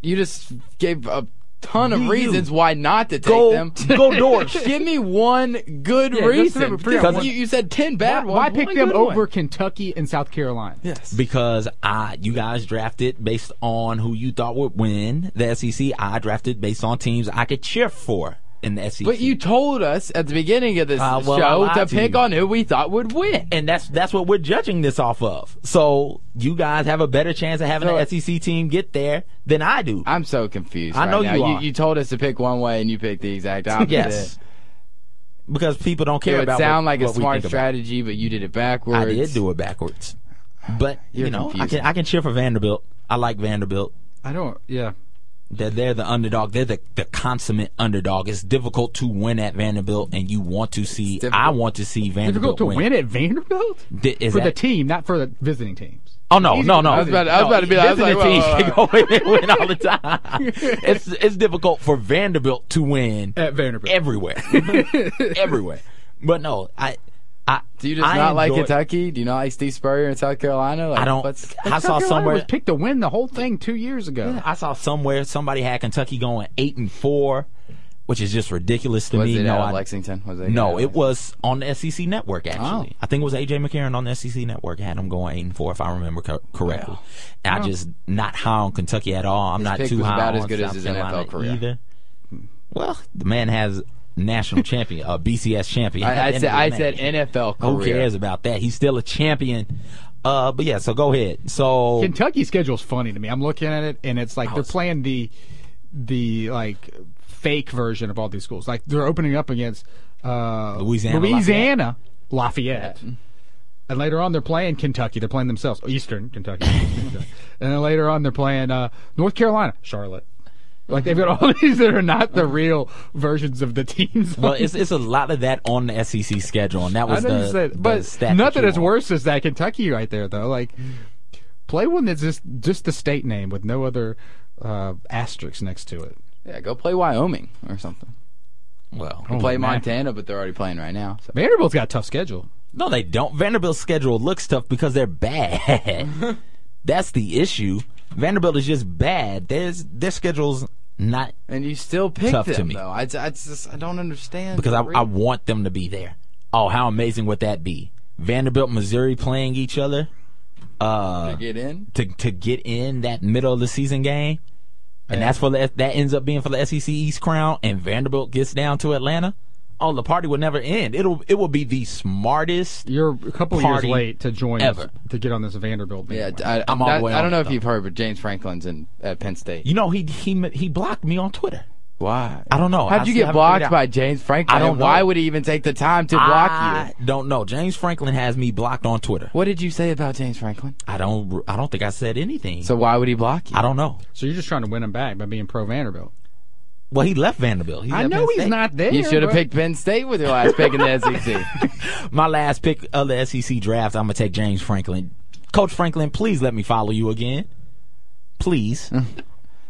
Speaker 3: you just gave a ton of
Speaker 2: You-
Speaker 3: reasons why not to take
Speaker 2: Go,
Speaker 3: them.
Speaker 2: go doors.
Speaker 3: Give me one good
Speaker 4: Yeah, just
Speaker 3: reason.
Speaker 4: remember, figure out
Speaker 2: one-
Speaker 3: you, you said ten bad
Speaker 4: Why
Speaker 3: ones.
Speaker 4: pick
Speaker 3: one
Speaker 4: them
Speaker 3: good one.
Speaker 4: over Kentucky and South Carolina?
Speaker 3: Yes.
Speaker 2: Because I, you guys drafted based on who you thought would win the SEC. I drafted based on teams I could cheer for in the E SEC.
Speaker 3: But you told us at the beginning of this
Speaker 2: Uh, well, I
Speaker 3: show
Speaker 2: lied
Speaker 3: to
Speaker 2: to
Speaker 3: pick
Speaker 2: you.
Speaker 3: on who we thought would win.
Speaker 2: and that's that's what we're judging this off of. So you guys have a better chance of having
Speaker 3: So-
Speaker 2: an SEC team get there than I do.
Speaker 3: I'm so confused.
Speaker 2: I
Speaker 3: right
Speaker 2: know
Speaker 3: now.
Speaker 2: you
Speaker 3: you
Speaker 2: are.
Speaker 3: You told us to pick one way, and you picked the exact opposite.
Speaker 2: yes, because people don't
Speaker 3: It
Speaker 2: care
Speaker 3: would
Speaker 2: about
Speaker 3: sound
Speaker 2: what-
Speaker 3: like
Speaker 2: what
Speaker 3: a
Speaker 2: we
Speaker 3: smart
Speaker 2: think about.
Speaker 3: strategy, but you did it backwards.
Speaker 2: I did do it backwards, but you
Speaker 3: You're
Speaker 2: know
Speaker 3: confusing.
Speaker 2: I can I can cheer for Vanderbilt. I like Vanderbilt.
Speaker 4: I don't. Yeah.
Speaker 2: They're, they're the underdog. They're the, the consummate underdog. It's difficult to win at Vanderbilt, and you want to see.
Speaker 3: difficult.
Speaker 2: I want to see Vanderbilt
Speaker 4: Difficult to
Speaker 2: win.
Speaker 4: win at Vanderbilt
Speaker 2: Th- is
Speaker 4: for
Speaker 2: that-
Speaker 4: the team, not for the visiting teams.
Speaker 2: Oh no, no, no!
Speaker 4: I was about
Speaker 3: to- I was
Speaker 2: No,
Speaker 3: about to be like- I was
Speaker 2: visiting
Speaker 3: like, uh, whoa,
Speaker 2: teams they go in and win all the time. it's it's difficult for Vanderbilt to win
Speaker 4: At Vanderbilt.
Speaker 2: everywhere, everywhere. But no, I, I
Speaker 3: Do you just
Speaker 2: I
Speaker 3: not like
Speaker 2: enjoy-
Speaker 3: Kentucky? Do you not like Steve Spurrier in South Carolina? Like,
Speaker 2: I don't.
Speaker 3: what's-
Speaker 2: I saw
Speaker 4: South Carolina was
Speaker 2: somewhere.
Speaker 4: picked to win the whole thing two years ago.
Speaker 2: I saw somewhere somebody had Kentucky going eight and four, which is just ridiculous to
Speaker 3: was
Speaker 2: me.
Speaker 3: it
Speaker 2: no,
Speaker 3: out of
Speaker 2: I-
Speaker 3: Lexington? Was it
Speaker 2: No,
Speaker 3: yeah. Oh.
Speaker 2: it was on the SEC Network actually. I think it was AJ McCarron on the SEC Network had him going eight and four if I remember co- correctly. And I just not high on Kentucky at all. I'm not
Speaker 3: pick
Speaker 2: too
Speaker 3: was
Speaker 2: high
Speaker 3: about as
Speaker 2: on
Speaker 3: good as
Speaker 2: South
Speaker 3: his NFL
Speaker 2: Carolina
Speaker 3: career. Hmm.
Speaker 2: either. Well, the man has national champion, a BCS champion.
Speaker 3: I, I
Speaker 2: At the
Speaker 3: said I
Speaker 2: end of the
Speaker 3: said
Speaker 2: day,
Speaker 3: NFL career.
Speaker 2: Who cares about that? He's still a champion. Uh, but yeah, so go ahead. So
Speaker 4: Kentucky schedule's funny to me. I'm looking at it and it's
Speaker 2: Oh,
Speaker 4: like they're playing the the like fake version of all these schools. Like they're opening up against uh,
Speaker 2: Louisiana,
Speaker 4: Louisiana, Lafayette. And later on, they're playing Kentucky. They're playing themselves, Oh, Eastern Kentucky. and then later on, they're playing uh, North Carolina, Charlotte. Like they've got all these that are not the real versions of the teams.
Speaker 2: well, it's it's a lot of that on the SEC schedule, and that
Speaker 4: I
Speaker 2: was
Speaker 4: know
Speaker 2: the,
Speaker 4: you said,
Speaker 2: the
Speaker 4: but
Speaker 2: stat
Speaker 4: nothing
Speaker 2: that you
Speaker 4: as
Speaker 2: want.
Speaker 4: worse as that Kentucky right there, though. Like, play one that's just just the state name with no other uh, asterisks next to it.
Speaker 3: Yeah, go play Wyoming or something.
Speaker 2: Well,
Speaker 3: play
Speaker 4: man.
Speaker 3: Montana, but they're already playing right now. So.
Speaker 4: Vanderbilt's got a tough schedule.
Speaker 2: No, they don't. Vanderbilt's schedule looks tough because they're bad. That's the issue. Vanderbilt is just bad. There's their schedule's not
Speaker 3: And you still picked
Speaker 2: Tough
Speaker 3: them
Speaker 2: to me.
Speaker 3: though. I, I just I don't understand
Speaker 2: because I,
Speaker 3: the
Speaker 2: I
Speaker 3: reason.
Speaker 2: want them to be there. Oh, how amazing would that be? Vanderbilt, Missouri playing each other uh,
Speaker 3: get in.
Speaker 2: to to get in that middle of the season game, and that's for the, that ends up being for the SEC East crown, and Vanderbilt gets down to Atlanta. Oh, the party will never end. It'll it will be the smartest.
Speaker 4: You're a couple years
Speaker 2: Party
Speaker 4: late to join
Speaker 2: ever.
Speaker 4: us, to get on this Vanderbilt.
Speaker 3: Yeah,
Speaker 4: bandwagon.
Speaker 3: I,
Speaker 2: I'm all
Speaker 3: that-
Speaker 2: the way
Speaker 3: I
Speaker 2: on
Speaker 3: don't
Speaker 2: it,
Speaker 3: know if
Speaker 2: though.
Speaker 3: you've heard, but James Franklin's in at Penn State.
Speaker 2: You know he he he blocked me on Twitter.
Speaker 3: Why?
Speaker 2: I don't know. I
Speaker 3: How'd you
Speaker 2: still
Speaker 3: get
Speaker 2: haven't figured
Speaker 3: blocked
Speaker 2: out.
Speaker 3: by James Franklin?
Speaker 2: I don't
Speaker 3: And Why
Speaker 2: know.
Speaker 3: would he even take the time to block
Speaker 2: I
Speaker 3: you?
Speaker 2: don't know. James Franklin has me blocked on Twitter.
Speaker 3: What did you say about James Franklin?
Speaker 2: I don't. I don't think I said anything.
Speaker 3: So why would he block you?
Speaker 2: I don't know.
Speaker 4: so you're just trying to win him back by being pro Vanderbilt.
Speaker 2: Well, he left Vanderbilt. He's
Speaker 4: I
Speaker 2: at
Speaker 4: know
Speaker 2: Penn
Speaker 4: he's
Speaker 2: State.
Speaker 4: not there.
Speaker 3: You should have
Speaker 4: but-
Speaker 3: picked Penn State with your last pick in the E SEC.
Speaker 2: My last pick of the SEC draft, I'm gonna take James Franklin. Coach Franklin, please let me follow you again. Please.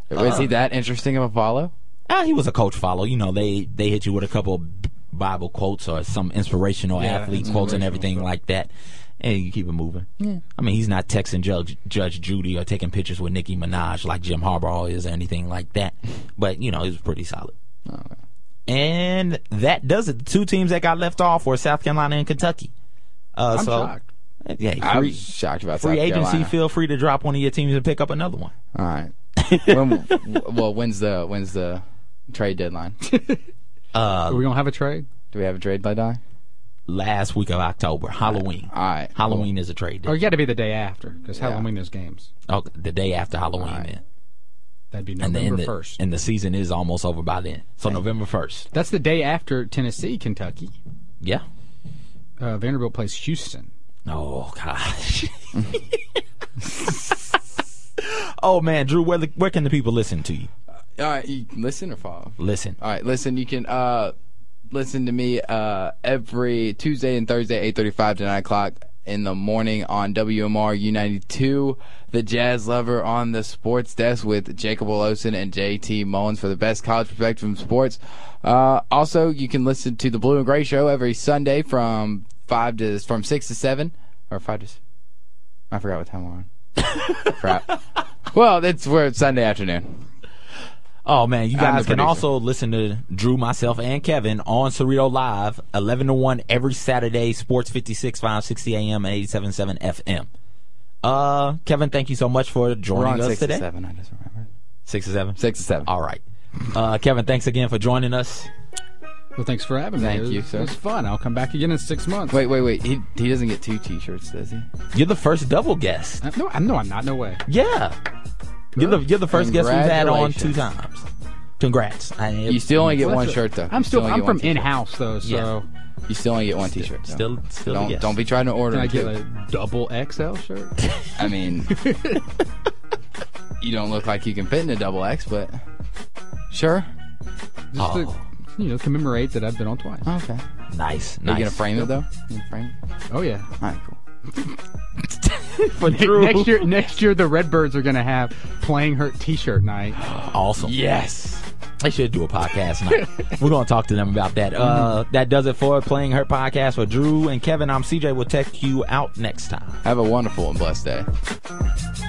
Speaker 3: Was he that interesting of a follow?
Speaker 2: Ah, he was a coach follow. You know, they they hit you with a couple of B- Bible quotes or some inspirational athlete quotes and everything like that. And you keep it moving. Yeah. I mean, he's not texting Judge Judge Judy or taking pictures with Nicki Minaj like Jim Harbaugh is or anything like that. But you know, he was pretty solid. And that does it. The two teams that got left off were South Carolina and Kentucky. Uh,
Speaker 4: I'm
Speaker 2: so,
Speaker 4: shocked.
Speaker 2: Yeah, free,
Speaker 3: I was shocked about
Speaker 2: free
Speaker 3: South
Speaker 2: agency.
Speaker 3: Carolina.
Speaker 2: Feel free to drop one of your teams and pick up another one.
Speaker 3: All right. when, well, when's the when's the trade deadline?
Speaker 4: Are we gonna have a trade?
Speaker 3: Do we have a trade deadline?
Speaker 2: Uh, Last week of October, Halloween.
Speaker 3: All right.
Speaker 2: Halloween is a trade.
Speaker 4: Or
Speaker 2: Day.
Speaker 4: Oh, you got to be the day after because Halloween there's games.
Speaker 2: Oh, the day after Halloween, then.
Speaker 4: That'd be
Speaker 2: and the, and,
Speaker 4: November
Speaker 2: the,
Speaker 4: first.
Speaker 2: and the season is almost over by then. So November first,
Speaker 4: That's the day after Tennessee, Kentucky.
Speaker 2: yeah.
Speaker 4: Uh, Vanderbilt plays Houston.
Speaker 2: Oh gosh. oh man, Drew, where the, where can the people listen to you?
Speaker 3: All right. You listen or follow?
Speaker 2: Listen,
Speaker 3: All right, listen, you can uh listen to me uh every Tuesday and Thursday, eight thirty five to nine o'clock in the morning on WMR U ninety two, the Jazz Lover on the Sports Desk with Jacob Olson and JT Mullins for the best college perspective from sports. Uh also you can listen to the Blue and Gray show every Sunday from five to from six to seven or five to. s- I forgot what time we're on. Crap. Well, that's where it's Sunday afternoon.
Speaker 2: Oh man, you
Speaker 3: I'm the
Speaker 2: guys can
Speaker 3: producer.
Speaker 2: also listen to Drew, myself, and Kevin on Cerrito Live, eleven to one every Saturday, Sports 56, 560 AM and 877 FM. Uh Kevin, thank you so much for
Speaker 3: We're
Speaker 2: joining
Speaker 3: on
Speaker 2: us
Speaker 3: six to
Speaker 2: today.
Speaker 3: seven. I just remembered.
Speaker 2: Six to seven.
Speaker 3: Six to seven.
Speaker 2: All right. Uh Kevin, thanks again for joining us.
Speaker 4: Well, thanks for having
Speaker 3: Thank
Speaker 4: me.
Speaker 3: you,
Speaker 4: it was,
Speaker 3: sir.
Speaker 4: It was fun. I'll come back again in six months.
Speaker 3: Wait, wait, wait. He he doesn't get two T-shirts, does he?
Speaker 2: You're the first double guest.
Speaker 4: I- Uh, no, I- no, I'm not. No way.
Speaker 2: Yeah. You're the you're the first guest we've had on two
Speaker 3: Congratulations.
Speaker 2: times. Congrats. I
Speaker 3: You still only get one shirt though.
Speaker 4: I'm
Speaker 3: You
Speaker 4: still.
Speaker 3: only
Speaker 4: I'm
Speaker 3: get one
Speaker 4: from
Speaker 3: t-shirt.
Speaker 4: in-house though, so
Speaker 2: Yeah.
Speaker 3: You still only get one T-shirt. so
Speaker 2: still still
Speaker 3: don't
Speaker 2: a guest.
Speaker 3: don't be trying to order.
Speaker 4: can I
Speaker 3: them,
Speaker 4: get
Speaker 3: too.
Speaker 4: a double XL shirt?
Speaker 3: I mean, you don't look like you can fit in a double X, but sure.
Speaker 4: Just to,
Speaker 2: Oh.
Speaker 4: you know, commemorate that I've been on twice.
Speaker 3: Okay.
Speaker 2: nice.
Speaker 3: Are you
Speaker 2: nice.
Speaker 3: gonna frame it though? You gonna frame it?
Speaker 4: Oh yeah.
Speaker 3: All right, cool.
Speaker 2: for Drew.
Speaker 4: next year, next year the Redbirds are gonna have playing hurt T-shirt night.
Speaker 2: Awesome.
Speaker 3: Yes.
Speaker 2: They should do a podcast night. We're gonna talk to them about that. Uh,
Speaker 3: Mm-hmm.
Speaker 2: that does it for playing her podcast for Drew and Kevin. I'm CJ. We'll text you out next time.
Speaker 3: Have a wonderful and blessed day.